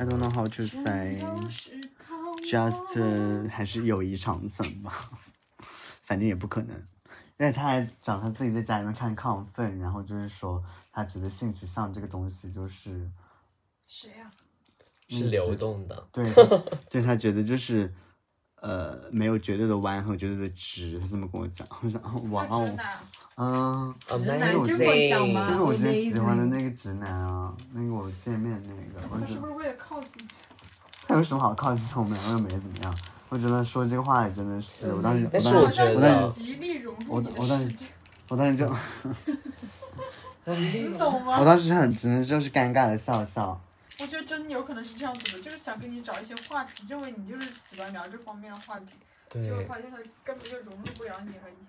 A: I don't know how to say, just、还是友谊长存吧， 反正也不可能。因为他还讲他自己在家里面看亢奋，然后就是说他觉得性取向这个东西就是
D: 谁
C: 啊
D: 呀？
E: 是流动的，
A: 对对他觉得就是呃没有绝对的弯和绝对的直，他这么跟我讲，我说哦哇哦，
C: 啊
A: 嗯，
E: 哦，
D: 男
E: 那
A: 就是
D: 会讲
A: 就
D: 吗
A: 是我之前
D: Amazing
A: 喜欢的那个直男啊，那个我见面那个，我觉得
C: 是为了靠近你？
A: 他有什么好靠近我们两个又没怎么样，我觉得说这个话也真的是，我当时
E: 嗯但是
A: 我
E: 我
A: 当时
E: 觉
A: 我当
E: 得
A: 时
C: 极力融
A: 我当我当时我当时就
E: 嗯
C: 你懂吗
A: 我？当时很真的就是尴尬的笑笑，
C: 我觉得真的有可能是这样子的，就是想跟你找一些话题，认为你就是喜欢聊这方面的话题，结果
E: 对，
C: 发现他根本就融入不了你和你。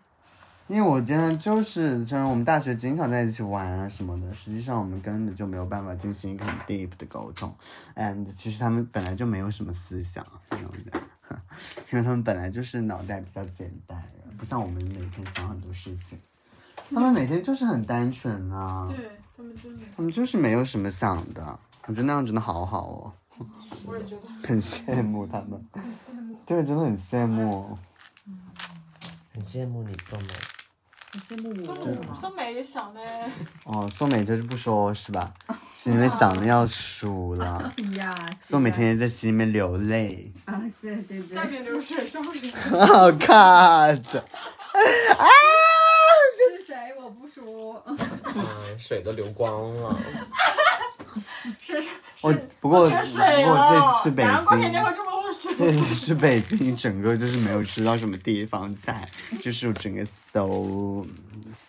A: 因为我觉得就是虽然我们大学经常在一起玩啊什么的，实际上我们根本就没有办法进行一个很 deep 的沟通，and 其实他们本来就没有什么思想，啊这样的， 因为他们本来就是脑袋比较简单，不像我们每天想很多事情，他们每天就是很单纯啊。
C: 对他们真的，
A: 我们就是没有什么想的，我觉得那样真的好好哦，
C: 我也觉得
A: 很羡慕他们，
C: 很羡慕。
A: 对，真的很羡慕。
E: 很羡慕你做美，
D: 你羡慕
C: 这
D: 我
C: 么这么也想嘞，
A: 哦，宋美就是不说是吧？心里面想的要数 了，
D: 对哎呀，
A: 宋美天天在心里面流泪。Oh
D: 啊，对对
C: 下
D: 对，
C: 面流水上面流水。
A: 好看的，
D: 是谁我不 说，
E: 嗯水都流光了，
A: 我不过哎我
C: 全水
A: 这
C: 了，
A: 次去北
C: 难怪人家
A: 京，Oh
C: 会这么会 水。
A: 这次去北京整个就是没有吃到什么地方菜，就是整个搜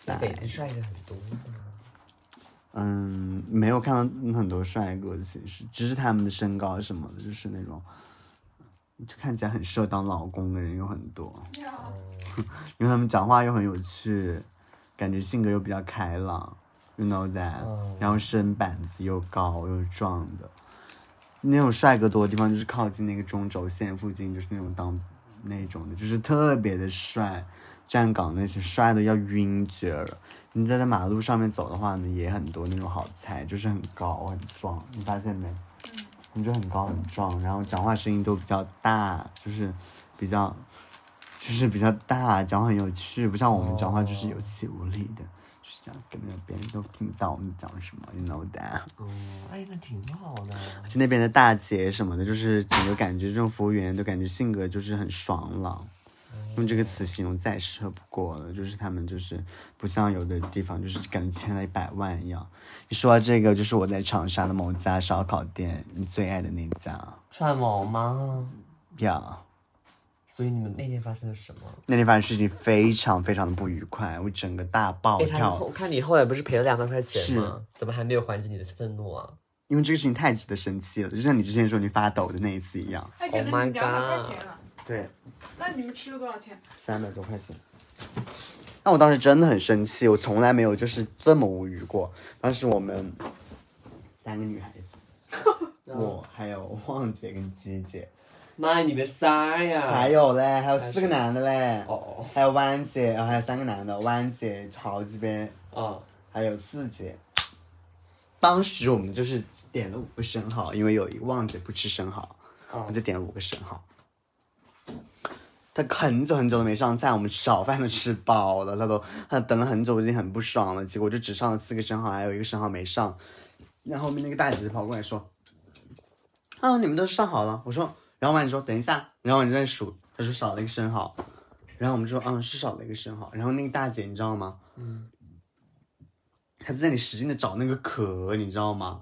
E: 在
A: 塞，
E: 北京帅的很多的，
A: 嗯，没有看到很多帅哥，其实只是他们的身高什么的，就是那种就看起来很适合当老公的人有很多， 因为他们讲话又很有趣，感觉性格又比较开朗，you know that，、
E: 嗯
A: 然后身板子又高又壮的，那种帅哥多的地方就是靠近那个中轴线附近，就是那种当那种的，就是特别的帅，站岗那些帅的要晕厥了。你在在马路上面走的话呢，也很多那种好菜，就是很高很壮，你发现没？你就很高很壮，然后讲话声音都比较大，就是比较，就是比较大，讲话很有趣，不像我们讲话就是有气无力的，就是这样，根本别人都听不到我们讲什么，you know that。
E: 嗯，哎，那挺好的，
A: 去那边的大姐什么的，就是整个感觉，这种服务员都感觉性格就是很爽朗，用这个词形容再适合不过了。就是他们就是不像有的地方，就是感觉欠了一百万一样。一说到这个，就是我在长沙的某家烧烤店，你最爱的那家，
E: 串毛吗？
A: 呀，
E: 所以你们那天发生了什么？
A: 那天发生事情非常非常的不愉快，我整个大爆
E: 哎，他
A: 哦跳，
E: 后我看你后来不是赔了两万块钱
A: 是
E: 吗？怎么还没有缓解你的愤怒啊？
A: 因为这个事情太值得生气了，就像你之前说你发抖的那一次一样。
F: 哎，给
E: Oh
F: 了
E: my
F: 你两百块
E: god
F: 钱了，
A: 对，
F: 那你们吃了多少钱？
A: 三百多块钱。那我当时真的很生气，我从来没有就是这么无语过。当时我们三个女孩子， 我还有旺姐跟鸡姐，
E: 妈，你们仨呀！
A: 还有嘞，还有四个男的嘞，
E: 啊哦
A: 还有弯姐，哦还有三个男的，弯姐、豪这边
E: 哦，
A: 还有四姐。当时我们就是点了五个生蚝，因为有一个旺姐不吃生蚝，
E: 哦
A: 我就点了五个生蚝。他很久很久都没上菜，我们早饭都吃饱了，他都他等了很久，我已经很不爽了。结果就只上了四个生蚝，还有一个生蚝没上。然后后面那个大姐姐跑过来说：“啊，你们都上好了。”我说，然后完你说等一下，然后你在数，她说少了一个生蚝，然后我们说嗯是少了一个生蚝。然后那个大姐你知道吗？嗯，她在那里使劲的找那个壳，你知道吗？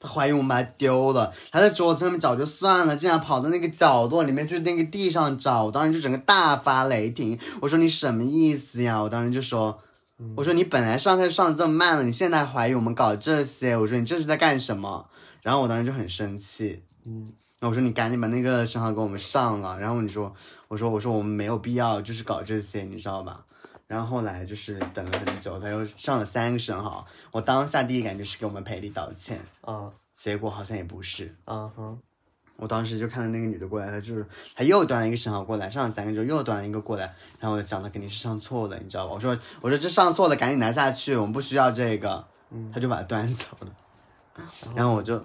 A: 她怀疑我们把它丢了，还在桌子上面找就算了，竟然跑到那个角落里面，就那个地上找，我当时就整个大发雷霆。我说你什么意思呀？我当时就说，我说你本来上菜上的这么慢了，你现在还怀疑我们搞这些，我说你这是在干什么？然后我当时就很生气，
E: 嗯，
A: 那我说你赶紧把那个生蚝给我们上了。然后你说，我说我说我们没有必要就是搞这些，你知道吧？然后后来就是等了很久，他又上了三个生蚝，我当下第一感觉是给我们赔礼道歉，
E: 啊
A: 结果好像也不是。
E: 啊哈！
A: 我当时就看到那个女的过来，她就是她又端了一个生蚝过来，上了三个之后又端了一个过来，然后我就想她肯定是上错了，你知道吧？我说我说这上错了，赶紧拿下去，我们不需要这个，她就把它端走了。然后我就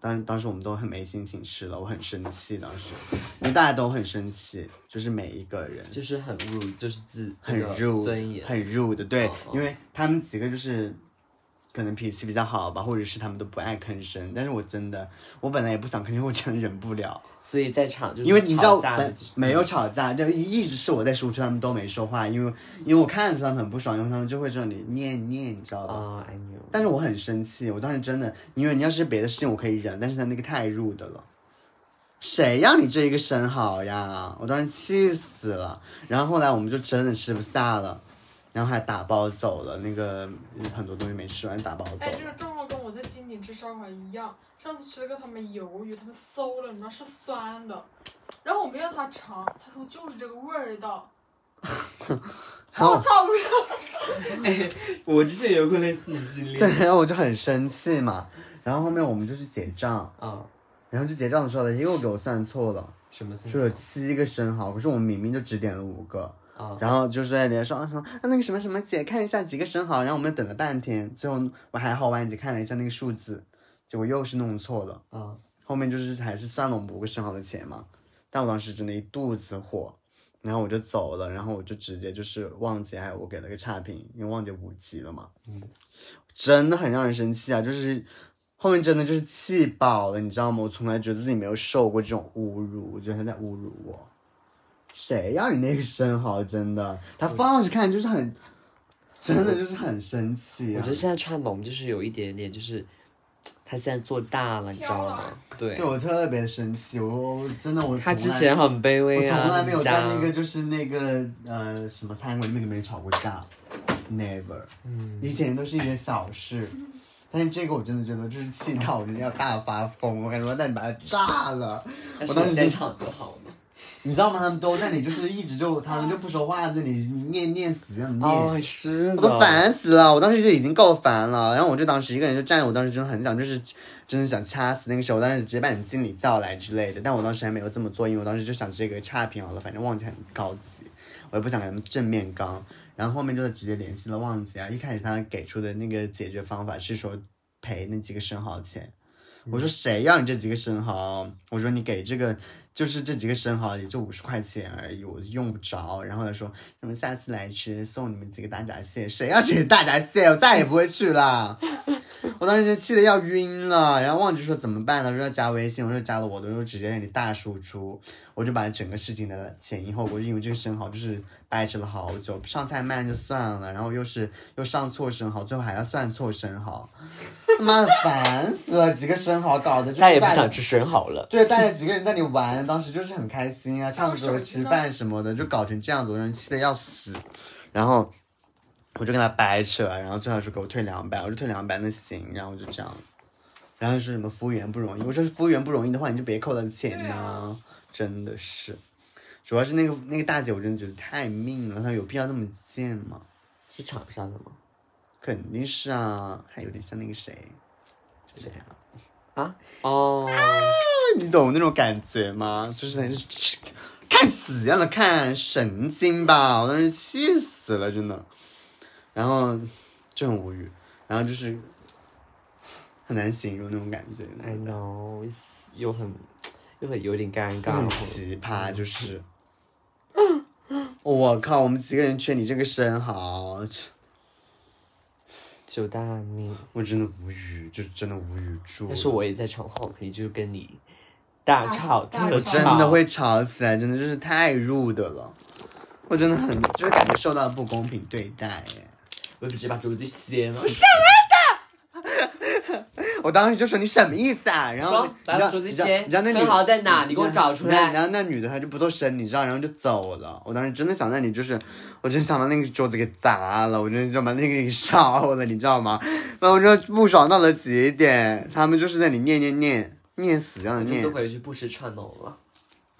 A: 当时当时我们都很没心情吃了，我很生气，当时因为大家都很生气，就是每一个人。
E: 就是很rude，就是自
A: 很
E: 那个尊
A: rude，
E: 严，
A: 很 rude，对，
E: 哦哦
A: 因为他们几个就是可能脾气比较好吧，或者是他们都不爱吭声，但是我真的，我本来也不想吭声，我真的忍不了，
E: 所以在场就是
A: 因为你知道
E: 吵架的
A: 本没有吵架，就一直是我在输出，他们都没说话，因为因为我看得出他们很不爽，因为他们就会这里念念，你知道吧？
E: 啊，I knew，
A: 但是我很生气，我当时真的，因为你要是别的事情我可以忍，但是他那个太 rude 了，谁让你这一个生蚝呀？我当时气死了。然后后来我们就真的吃不下了，然后还打包走了，那个很多东西没吃完打包走
F: 哎，这个
A: 了。
F: 状况跟我在金鼎吃烧烤一样，上次吃了个他们鱿鱼，他们馊了，你知道是酸的，然后我没让他尝，他说就是这个味道，我
A: 好，
F: 操，不是
E: 我之前有过类似的经历
A: 对，然后我就很生气嘛。然后后面我们就去结账，
E: 啊，
A: 然后去结账的时候，他又给我算错了，
E: 什么
A: 说有七个生蚝，可是我们明明就只点了五个。
E: 啊？
A: 然后就是在里面说啊什么啊那个什么什么姐看一下几个生蚝，然后我们等了半天，最后我还好我只看了一下那个数字，结果又是弄错了，
E: 啊
A: 后面就是还是算了我们五个生蚝的钱嘛，但我当时真的一肚子火，然后我就走了，然后我就直接就是旺姐还有我给了个差评，因为旺姐五级了嘛，
E: 嗯，
A: 真的很让人生气啊，就是。后面真的就是气饱了，你知道吗？我从来觉得自己没有受过这种侮辱，我觉得他在侮辱我。谁要你那个生蚝？真的，他
E: 嗯
A: 放着看就是很，真的就是很生气、
E: 我
A: 啊
E: 觉。得现在川宝我们就是有一点点，就是他现在做大了，你知道
F: 飘
E: 吗？对
A: 对，我特别生气，我我真的我
E: 他
A: 从
E: 之
A: 来
E: 前很卑
A: 我
E: 微啊，
A: 从来没有在
E: 人家
A: 那个就是那个呃什么餐馆里面跟别人吵过架，never。
E: 嗯
A: 以前都是一些小事，但是这个我真的觉得就是气到我真的要大发疯，我感觉我那你把它炸了。
E: 但
A: 我
E: 是
A: 当时
E: 在
A: 就
E: 场就好了。
A: 你知道吗？他们都在那里，就是一直就他们就不说话，在那里念念死这样念。
E: 哦，是哦的，
A: 我都烦死了，我当时就已经够烦了，然后我就当时一个人就站着，我当时真的很想，就是真的想掐死那个时候，我当时直接把你经理叫来之类的，但我当时还没有这么做，因为我当时就想直接给个差评好了，反正忘记很高级，我也不想给他们正面刚，然后后面就是直接联系了忘记啊，一开始他给出的那个解决方法是说赔那几个生蚝钱，我说谁要你这几个生蚝？我说你给这个就是这几个生蚝也就五十块钱而已，我用不着。然后他说什么下次来吃送你们几个大闸蟹，谁要吃大闸蟹？我再也不会去了。我当时就气得要晕了，然后忘记说怎么办，他说要加微信，我说加了我的，我就直接在那里大输出，我就把整个事情的前因后果，因为这个生蚝就是掰扯了好久，上菜慢就算了，然后又是又上错生蚝，最后还要算错生蚝，他妈的烦死了，几个生蚝搞的，就是
E: 再也不
A: 带着
E: 想吃生蚝了。
A: 对，带着几个人在那里玩，当时就是很开心啊，唱
F: 手
A: 歌、
F: 机
A: 吃
F: 呢
A: 饭什么的，就搞成这样子，我让人气得要死。然后我就跟他掰扯，啊然后最后说给我退两百，我就退两百，那行，然后就这样。然后他说什么服务员不容易，我说服务员不容易的话，你就别扣他的钱
F: 对
A: 呐、
F: 啊
A: 真的是。主要是那个那个大姐，我真的觉得太命了，她有必要那么贱吗？
E: 是厂商的吗？
A: 肯定是啊，还有点像那个谁，就这样。
E: 啊？哦，
A: 你懂那种感觉吗？就是那看死一样的看，神经吧！我当时气死了，真的。然后就很无语，然后就是很难形容那种感觉，
E: ，I know，又很又很有点尴
A: 就
E: 尬哦
A: 很，奇葩，就是。我靠！我们几个人缺你这个生蚝，
E: 求大你。
A: 我真的无语，就是真的无语住了。
E: 但是我也在场后可以就跟你大吵
F: 啊大
E: 特
F: 吵
E: 吵，
A: 真的会吵起来，真的就是太入的了。我真的很就是感觉受到不公平对待耶。
E: 我直接把桌子掀了。
F: 啊
A: 我当时就说你什么意思啊？然后
E: 说
A: 你
E: 把
A: 知道
E: 手机
A: 你知道
E: 掀
A: 你知道那女
E: 生蚝在哪你给我找出来
A: 然后那女的她就不做声，你知道，然后就走了。我当时真的想那里就是，我真想把那个桌子给砸了，我真的就把那个给烧了，你知道吗？然后我就不爽到了极点，他们就是在那里念念念念死一样的
E: 这
A: 念
E: 次，回去不吃串楼了。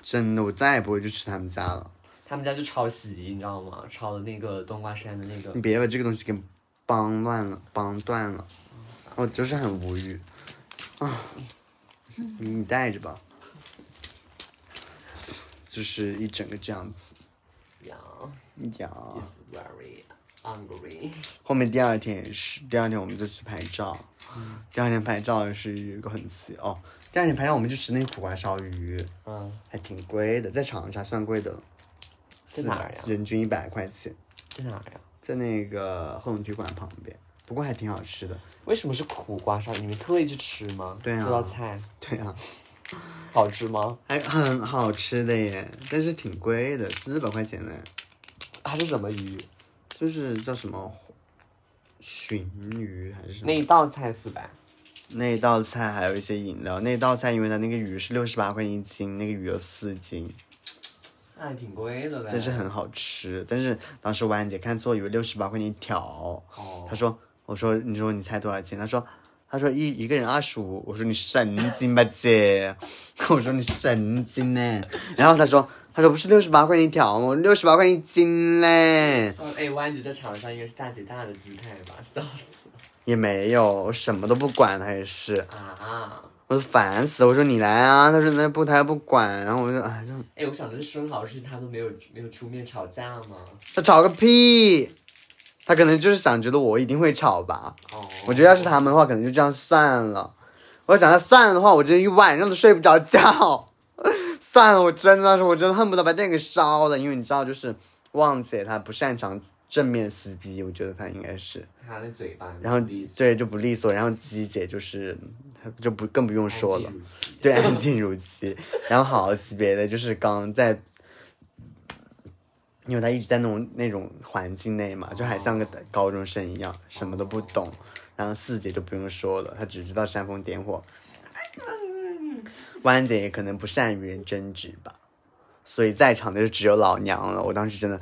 A: 真的我再也不会去吃他们家了。
E: 他们家就抄袭，你知道吗？抄的那个冬瓜山的那个
A: 你，别把这个东西给帮乱了，帮断了，我就是很无语啊！你你带着吧，就是一整个这样子
E: 呀嗯
A: 呀。
E: ，is very angry。
A: 后面第二天也是，第二天我们就去拍照，
E: 嗯
A: 第二天拍照是有一个很奇哦，第二天拍照我们去吃那个苦瓜烧鱼，
E: 嗯，
A: 还挺贵的，在长沙算贵的，四
E: 在哪儿
A: 百
E: 呀？
A: 人均一百块钱，
E: 在哪儿呀？
A: 在那个贺龙体育馆旁边，不过还挺好吃的。
E: 为什么是苦瓜烧？你们特意去吃吗？
A: 对啊
E: 这道菜
A: 对啊。
E: 好吃吗？
A: 还哎很 好吃的耶，但是挺贵的，四百块钱呢。
E: 它是什么鱼？
A: 就是叫什么鲟鱼还是什
E: 那
A: 么？
E: 一道菜四百，
A: 那道菜还有一些饮料，那道菜因为它那个鱼是六十八块一斤，那个鱼有四斤，
E: 那还挺贵的嘞。
A: 但是很好吃。但是当时婉姐看错，以为六十八块钱一条，
E: 哦
A: 她说：“我说你说你猜多少钱？”她说。她说一一个人二十五，我说你神经吧姐， 我说你神经呢。然后她说她说不是六十八块钱一条吗？我六十八块钱一斤嘞。
E: Sorry，哎，湾子在场上应该是大姐大的姿态吧？ 笑死
A: 也没有，我什么都不管，他也是，
E: 啊！
A: 我都烦死了。我说你来啊，他说那不，他也不管。然后我就哎，让
E: 哎，我想的是生蚝是他都没有没有出面吵架吗？
A: 他吵个屁，他可能就是想觉得我一定会吵吧。
E: 哦，
A: 我觉得要是他们的话，可能就这样算了。我想要算了的话，我这一晚上都睡不着觉。 算了，我真的是，我真的恨不得把店给烧了，因为你知道，就是旺姐她不擅长正面撕逼，我觉得她应该是。
E: 他那嘴巴，
A: 然后
E: 第一
A: 对就不利索，然后鸡姐就是就不更不用说了。，对，
E: 对，
A: 安静如鸡。然后好级别的就是刚在，因为他一直在那种那种环境内嘛，就还像个高中生一样，什么都不懂。然后四姐就不用说了，她只知道煽风点火。弯姐也可能不善与人争执吧，所以在场的就只有老娘了。我当时真的，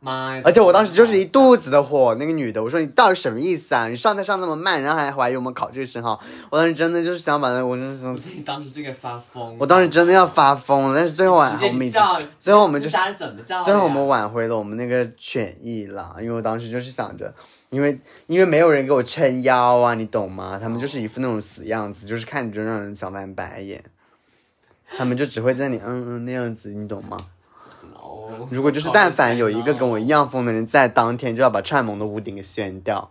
E: 妈呀，
A: 而且我当时就是一肚子的火。那个女的，我说你到底什么意思啊？你上菜上那么慢，然后还怀疑我们考这个生蚝。我当时真的就是想把那，我真是
E: 我自己当时就该发疯了，
A: 我当时真的要发疯了，但是最后晚
E: 直
A: 我们
E: 接
A: 已经，
E: 叫，
A: 最后我们就是
E: 不，然怎么叫呀？
A: 最后我们挽回了我们那个权益啦，因为我当时就是想着，因为因为没有人给我撑腰啊，你懂吗？他们就是一副那种死样子，就是看着就让人想翻白眼，他们就只会在你嗯嗯那样子，你懂吗？
E: No，
A: 如果就是但凡有一个跟我
E: 一
A: 一样疯的人，在当天就要把串盟的屋顶给掀掉。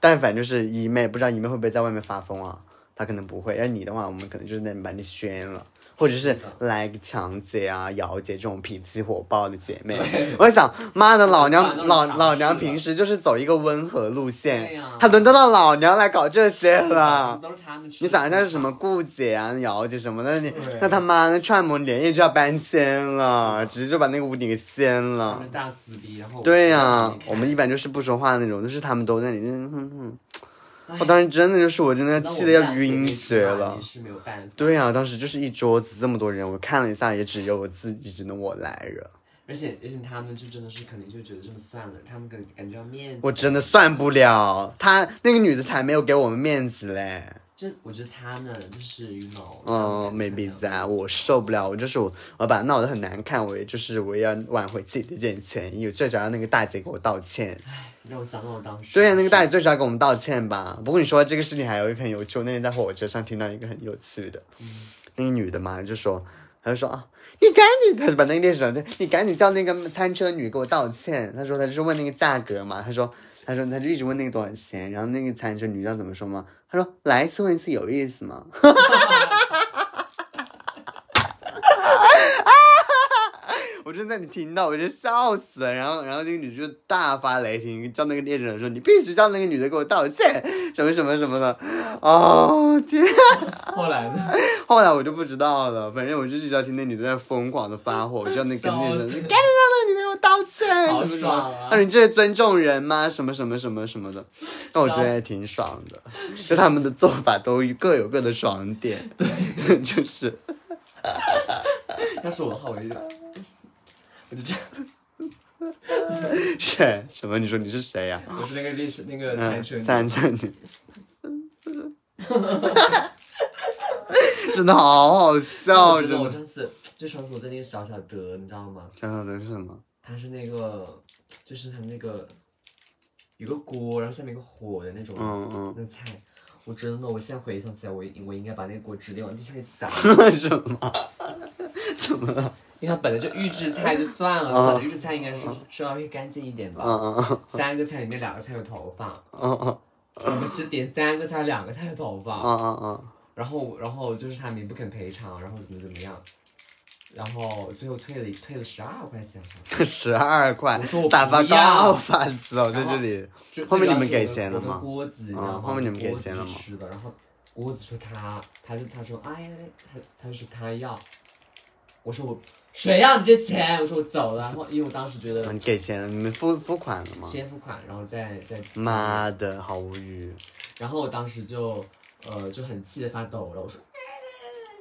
A: 但凡就是姨妹，不知道姨妹会不会在外面发疯啊？她可能不会。要你的话，我们可能就是在把你掀了，或者是来个强姐啊、瑶姐这种脾气火爆的姐妹。我想，妈的，老
E: 我
A: 娘
E: 们
A: 老
E: 算都是尝试
A: 老娘平时就是走一个温和路
E: 对
A: 线
E: 呀，
A: 她轮得到老娘来搞这些了。
E: 都是他们吃
A: 啊你想一下是什么顾姐啊、姚姐什么的，你
E: 对
A: 那他妈那串门连夜就要搬迁了，直接就把那个屋顶给掀
E: 他
A: 了
E: 们。大撕逼，然后
A: 对呀、
E: 呀，
A: 我们一般就是不说话那种，但是他们都在那里，嗯哼哼，
E: 哎
A: 我当时真的就是我真的
E: 那我
A: 气
E: 们
A: 得要
E: 俩
A: 晕
E: 没
A: 厥
E: 办法
A: 了
E: 也。是没有办法。
A: 对呀、当时就是一桌子这么多人，我看了一下，也只有我自己，只能我来了。
E: 而且而且他们就真的是可能就觉得这么算了，他们感感觉要面子。
A: 我真的算不了，她那个女的才没有给我们面子嘞。
E: 这，我觉得他们就是 you know，
A: 嗯，没鼻子啊，我受不了，我就是我，我把闹得很难看，我也就是我也要挽回自己的一点权益，我最少让那个大姐给我道歉。
E: 让我想到我当时。
A: 对啊呀，那个大姐最少要给我们道歉吧。不过你说这个事情还有一个很有趣，我那天在火车上听到一个很有趣的，那个女的嘛就说，她就说啊，你赶紧，她就把那个列车长就你赶紧叫那个餐车女给我道歉。她说她就是问那个价格嘛，她说她说她就一直问那个多少钱，然后那个餐车女知道怎么说吗？她说来一次问一次有意思吗？我真的你听到，我就笑死了。然后，然后那个女就大发雷霆，叫那个猎人说：“你必须叫那个女的给我道歉，什么什么什么的。” 哦天！
E: 后来呢？
A: 后来我就不知道了，反正我就只要听那女的在疯狂的发火，我就叫那个
E: 笑
A: 猎人说：“
E: 死
A: 你赶紧让那个女的给我道歉。”
E: 好
A: 什么什么
E: 爽啊
A: 他说：“你这是尊重人吗？什么什么什么什么的。”那我觉得还挺爽的，就他们的做法都各有各的爽 点，对， 就是。
E: 要是我的话，我就 我就这样，
A: 谁？什么？你说你是谁呀、
E: 我是那个历史那个
A: 嗯，
E: 单车。
A: 三寸女，真的好好笑，
E: 我
A: 哦真
E: 觉得我
A: 的。
E: 上次就上次我在那个小小德，你知道吗？
A: 想想的是什么？
E: 它是那个就是他们那个有个锅，然后下面有个火的那种，
A: 嗯
E: 那个菜。我真的，我现在回想起来，我我应该把那个锅直接往地上给砸了，
A: 嗯，什么？怎么了？
E: 因为它本来就预制菜就算了，
A: 啊
E: 小的预制菜应该是稍微干净一点吧。
A: 嗯嗯
E: 三个菜里面两个菜有头发，
A: 嗯嗯
E: 我们只点三个菜，两个菜有头发。
A: 嗯嗯嗯
E: 然后然后就是他们也不肯赔偿，然后怎么怎么样，然后最后退了退了十二块钱好像，
A: 嗯，十二块
E: 我说我，不
A: 打发
E: 要
A: 高，烦死了！我在这里，
E: 就
A: 后面
E: 最
A: 你们
E: 主要是
A: 给
E: 啊
A: 钱了
E: 我的我
A: 吗
E: 的锅子，你知
A: 嗯
E: 道吗？
A: 后面你们
E: 我
A: 给
E: 锅子
A: 钱
E: 是
A: 了吗
E: 吃的，然后锅子说他，他就他说哎，他他就说他要，我说我谁要你这钱？我说我走了，然后因为我当时觉
A: 嗯
E: 得
A: 你给钱了，你们付付款了吗？
E: 先付款，然后再再
A: 妈的，好无语！
E: 然后我当时就呃就很气得发抖了，我说。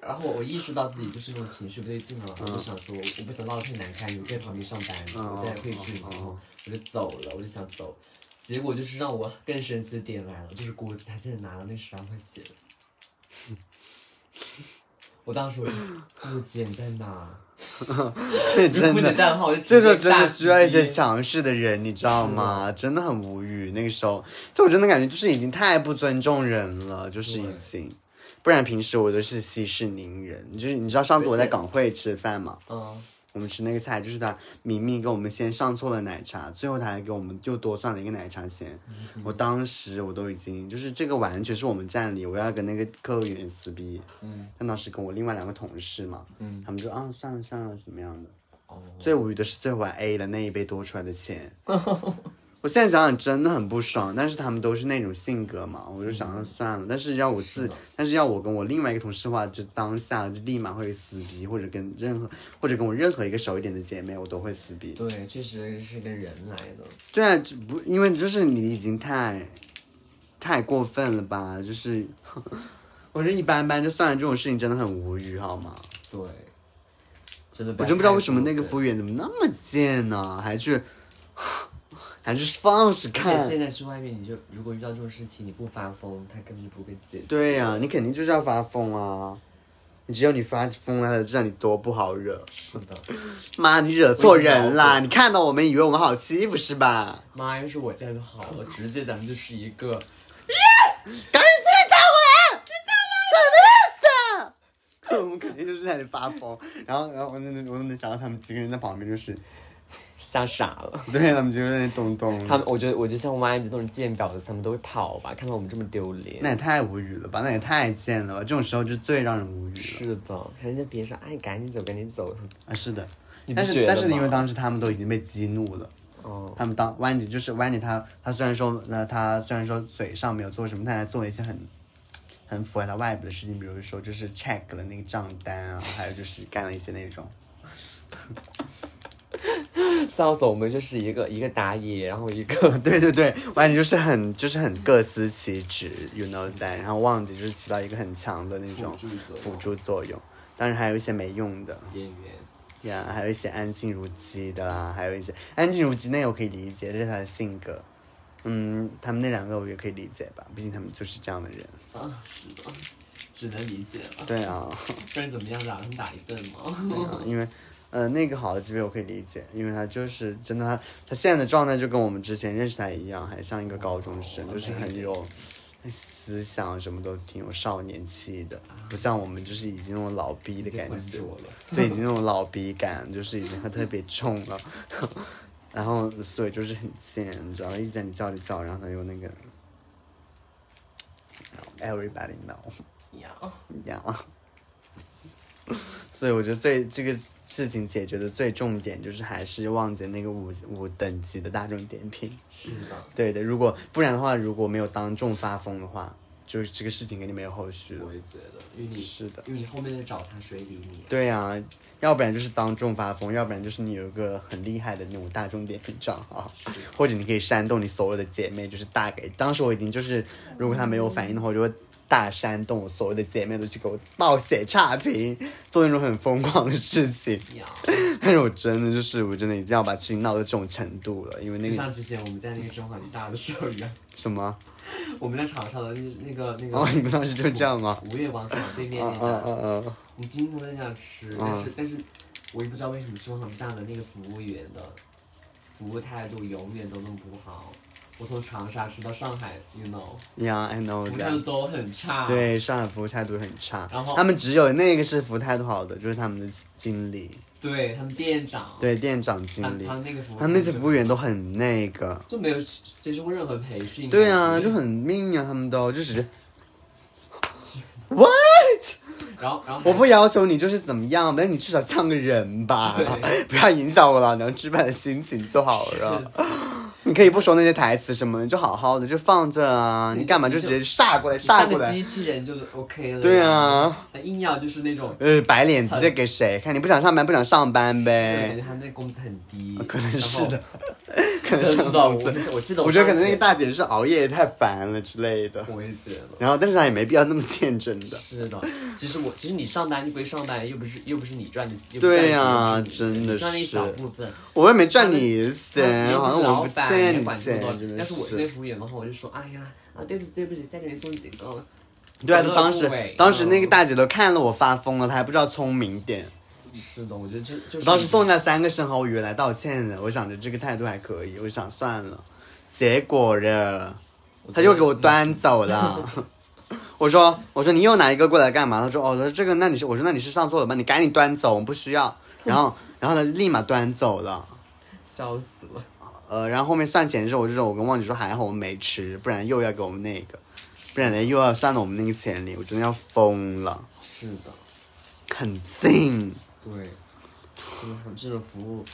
E: 然后我意识到自己就是那种情绪不对劲了，我就想说，我不想闹得太难看，你在旁边上班，
A: 嗯
E: 我在会去嘛，
A: 嗯嗯
E: 然后我就走了，我就想走，结果就是让我更生气的点来了，就是郭子他竟然拿了那十二块钱，我当时我就郭姐你在哪？
A: 这
E: 如
A: 真
E: 果郭姐
A: 的
E: 在的话，我就
A: 这
E: 直
A: 时候
E: 接
A: 真的
E: 大
A: 需要一
E: 撕
A: 些
E: 逼
A: 强势的人，你知道吗？真的很无语。那个时候，就我真的感觉就是已经太不尊重人了，就是已
E: 对
A: 经。不然平时我都是息事宁人，就是你知道上次我在港汇吃饭嘛，
E: 嗯，
A: 我们吃那个菜，就是他明明给我们先上错了奶茶，最后他还给我们又多算了一个奶茶钱。
E: 嗯
A: 我当时我都已经就是这个完全是我们占理，我要跟那个客员撕逼。嗯，他当时跟我另外两个同事嘛，嗯，他们就啊算了算了怎么样的。
E: 哦，
A: 最无语的是最后还 A 了那一杯多出来的钱。 我现在想想真的很不爽，但是他们都是那种性格嘛，我就想想算了。但是要我自，但是要我跟我另外一个同事的话，就当下就立马会撕逼，或者跟任何或者跟我任何一个熟一点的姐妹，我都会撕逼。
E: 对，确实是跟人来的，
A: 对啊，就不因为就是你已经太太过分了吧？就是 我说一般般就算了，这种事情真的很无语，好吗？
E: 对，真的要太过分，
A: 我真不知道为什么那个服务员怎么那么贱呢，还去还去放肆
E: 而且
A: 看。
E: 现在去外面，你就如果遇到这种事情，你不发疯，他根本就不会解决。
A: 对呀、你肯定就是要发疯啊！你只有你发疯了，他才知道你多不好惹。
E: 是的，
A: 妈，你惹错人
E: 我已经搞
A: 啦！
E: 过
A: 你看到我们以为我们好欺负是吧？
E: 妈，要是我在就好了，直接咱们就是一个
A: 赶紧自己站回来！什么意思？我们肯定就是在那里发疯，然后，然后我那我都能想到他们几个人在旁边，就是
E: 吓傻了。
A: 对他们几个人在那里咚咚。
E: 他们，我觉得，我觉得像歪的那种贱婊子，他们都会跑吧，看到我们这么丢脸。
A: 那也太无语了吧，那也太贱了吧！这种时候就最让人无语了。
E: 是的，看人家别人说，哎，赶紧走，赶紧走。
A: 啊，是的，
E: 你不
A: 但
E: 觉
A: 是
E: 得
A: 但是因为
E: 吗
A: 当时他们都已经被激怒了，
E: 哦，
A: 他们当 Wendy 就是 Wendy 他他虽然说那他虽然说嘴上没有做什么，但他做了一些很很符合他外表的事情，比如说就是 check 了那个账单啊，还有就是干了一些那种
E: 扫帚我们就是一个一个打野，然后一个
A: 对对对，完全就是很就是很各司其职，you know that，然后忘记就是起到一个很强的那种 辅
E: 辅
A: 助作用。当然还有一些没用的
E: 演员。
A: 呀还有一些安静如鸡的啦，还有一些安静如鸡那我可以理解，这是他的性格。嗯，他们那两个我也可以理解吧，毕竟他们就是这样的人。
E: 啊，是的，只能理解了。
A: 对啊，
E: 不然怎么样打？他们打一顿
A: 对
E: 吗？
A: 啊因为呃那个好的级别我可以理解，因为他就是真的他他现在的状态就跟我们之前认识他一样，还像一个高中生，
E: 哦
A: 就是很有思想，什么都挺有少年气的，不像我们就是已经那种老逼的
E: 已经
A: 感
E: 浑
A: 觉。
E: 浊了。
A: 对，已经那种老逼感，就是已经会特别重了。 然后，所以就是很贱，你知道，一直在你叫里叫，然后他又那个然后，everybody know
E: 呀，
A: 一样。 所以我觉得最这个事情解决的最重点就是还是忘记那个五五等级的大众点评。
E: 是的，
A: 对的，如果不然的话，如果没有当众发疯的话，就是这个事情肯定没有后续了
E: 我。也觉得，因为你
A: 是的。
E: 因为你后面在找他，谁理你？
A: 对呀、要不然就是当众发疯，要不然就是你有一个很厉害的那种大众点评账号，或者你可以煽动你所有的姐妹，就是大给。当时我已经就是，如果她没有反应的话，我就会大煽动我所有的姐妹都去给我暴写差评，做那种很疯狂的事情。
E: 呀，
A: 但是我真的就是，我真的已经要把事情闹到这种程度了，因为那
E: 就
A: 个
E: 像之前我们在那个中华大的时候一样，
A: 什么，
E: 我们在场上的那那个那
A: 哦，你
E: 个
A: 们当时就这样吗？
E: 五月广场对面
A: 嗯
E: 那
A: 嗯
E: 家，
A: 嗯嗯，
E: 我们经常在那儿吃，但是但是我也不知道为什么中华大的那个服务员的服务态度永远都弄不好。我从长沙吃到上海，you know，
A: 嗯呀，I know
E: 服务态度
A: that。
E: 都很差。，
A: 对，上海服务态度很差
E: 然后，
A: 他们只有那个是服务态度好的，就是他们的经理。
E: 对他们店长，
A: 对，店长
E: 他
A: 经理，
E: 哦他嗯那个服务，
A: 他们那些服务员都很那个。
E: 就没有接受过任何培训。
A: 对啊，
E: 感觉
A: 就很命啊，他们都就只是
E: 然后然后
A: 我不要求你就是怎么样，但你至少像个人吧，不要影响我老娘吃饭的心情就好了。你可以不说那些台词什么的，你就好好的就放着啊，
E: 对
A: 你干嘛
E: 你
A: 就
E: 就
A: 直接煞过来
E: 上
A: 煞过
E: 个
A: 来
E: 机？器人就 OK 了。
A: 对啊，
E: 硬要就是那种，
A: 呃，白脸直接给谁看？你不想上班，不想上班
E: 感觉
A: 呗？
E: 他们那工资很低，
A: 啊可能是的，可能
E: 然后。
A: 是
E: 真的，
A: 上次
E: 我我记得
A: 我觉得可能那个
E: 大，
A: 大姐是熬夜也太烦了之类的。
E: 我也觉得
A: 然后，但是她也没必要那么见真的。
E: 是的。其实我其实你上班就归上班，又不是又不是你赚的，又不
A: 对
E: 赚
A: 啊
E: 钱又不
A: 真
E: 你
A: 的
E: 赚了一小
A: 是
E: 部分。
A: 我也没赚你
E: 你
A: 钱，
E: 又
A: 好
E: 不
A: 像
E: 是
A: 我
E: 老
A: 不
E: 板，
A: 欠
E: 也
A: 你
E: 管这
A: 钱
E: 么，多。
A: 真
E: 要
A: 的
E: 是我是那服务员的话，我就说，哎呀，啊对不起对不起，再给你送几个。
A: 对啊，
E: 我
A: 就
E: 都
A: 当时
E: 不为
A: 当时那个
E: 嗯
A: 大姐都看了我发疯了，她还不知道聪明点。
E: 是的，我觉得这就是
A: 我当时送那三个生蚝鱼来道歉的，我想着这个态度还可以，我想算了，结果了，她又给我端走了。 我说我说你又拿一个过来干嘛？她说哦，我说这个那你是我说那你是上错了吧？你赶紧端走，我们不需要。然后然后她立马端走了。
E: 笑死了。
A: 呃，然后后面算钱的时候，我就说我跟旺姐说还好我们没吃，不然又要给我们那个，不然呢又要算到我们那个钱里，我真的要疯了，
E: 是的，
A: 很近。
E: 对，就是他们这种服务。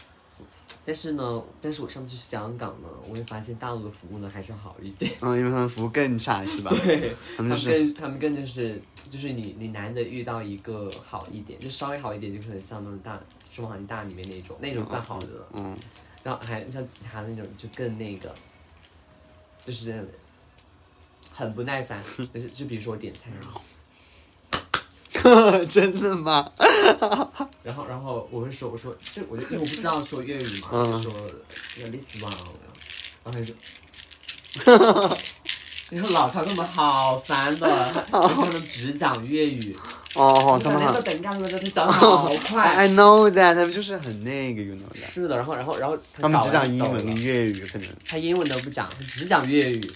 E: 但是呢，但是我上次去香港呢，我也发现大陆的服务呢还是好一点。
A: 嗯，因为他们服务更差是吧？
E: 对，
A: 他
E: 他
A: 们
E: 们
A: 就是
E: 更他们更就是就是你你难得遇到一个好一点，就稍微好一点，就可能像那种大中华大里面那种那种算好的了。
A: 嗯，
E: 然后还像其他那种就更那个，就是很不耐 烦。就是就比如说我点菜，啊
A: 真的吗？
E: 然后然后我会说我说这我就因为我不知道说粤语嘛，
A: 嗯
E: 就说要 list one，然后啊他就。
A: 哦
E: 你说老他他们好烦的，而且他们只讲粤语，
A: 哦，他们
E: 那
A: 好哦哎
E: 个等干什么的，他讲的好快。
A: ，I know that，他们就是很那个，you know that。
E: 是的，然后然后然后
A: 他们只讲英文
E: 搞完就走了
A: 跟粤语，可能
E: 他英文都不讲，他只讲粤语，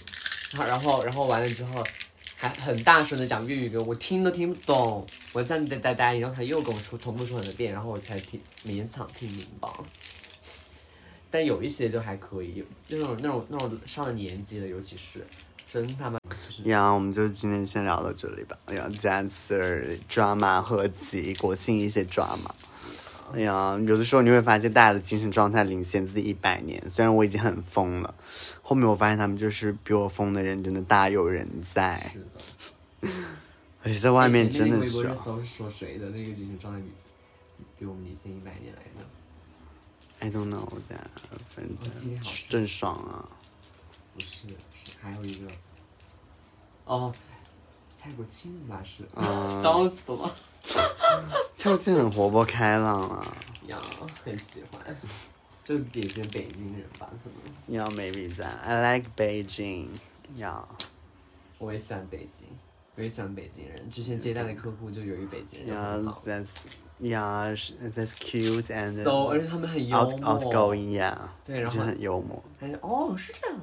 E: 然后然后然后完了之后，还很大声的讲粤语给我，我听都听不懂，我在那呆呆呆，然后他又跟我说重复说很多遍，然后我才听勉强听明白。但有一些就还可以，有那种那种那种上了年纪的，尤其是真他妈就是
A: 呀我们就今天先聊到这里吧。哎呀，That's drama 合集，国庆一些 drama。哎呀，有的时候你会发现大家的精神状态领先自己一百年。虽然我已经很疯了，后面我发现他们就是比我疯的人真的大有人在，
E: 是的。
A: 而且在外面真
E: 前那
A: 的
E: 个微博
A: 是啊
E: 热搜是说谁的那个精神状态比比我们领先一百年来的？
A: I don't know that，反
E: 我记得
A: 正
E: 好像
A: 正爽啊。
E: 不是，是还有一个，哦，蔡国庆吧是，
A: 嗯
E: 骚死了
A: 秋季很活泼开朗啊，
E: 呀，很喜欢，就是典型北京人吧，可能
A: 要 maybe that I like Beijing，要
E: 我也喜欢北京，我也喜欢北京人，之前接待的客户就有一个北京人，
A: 要
E: 很好
A: that's yeah that's cute and
E: ，so 而且他们很幽
A: out
E: 默
A: outgoing yeah，
E: 对然后
A: 就很幽默。
E: 哎，哦，是这样。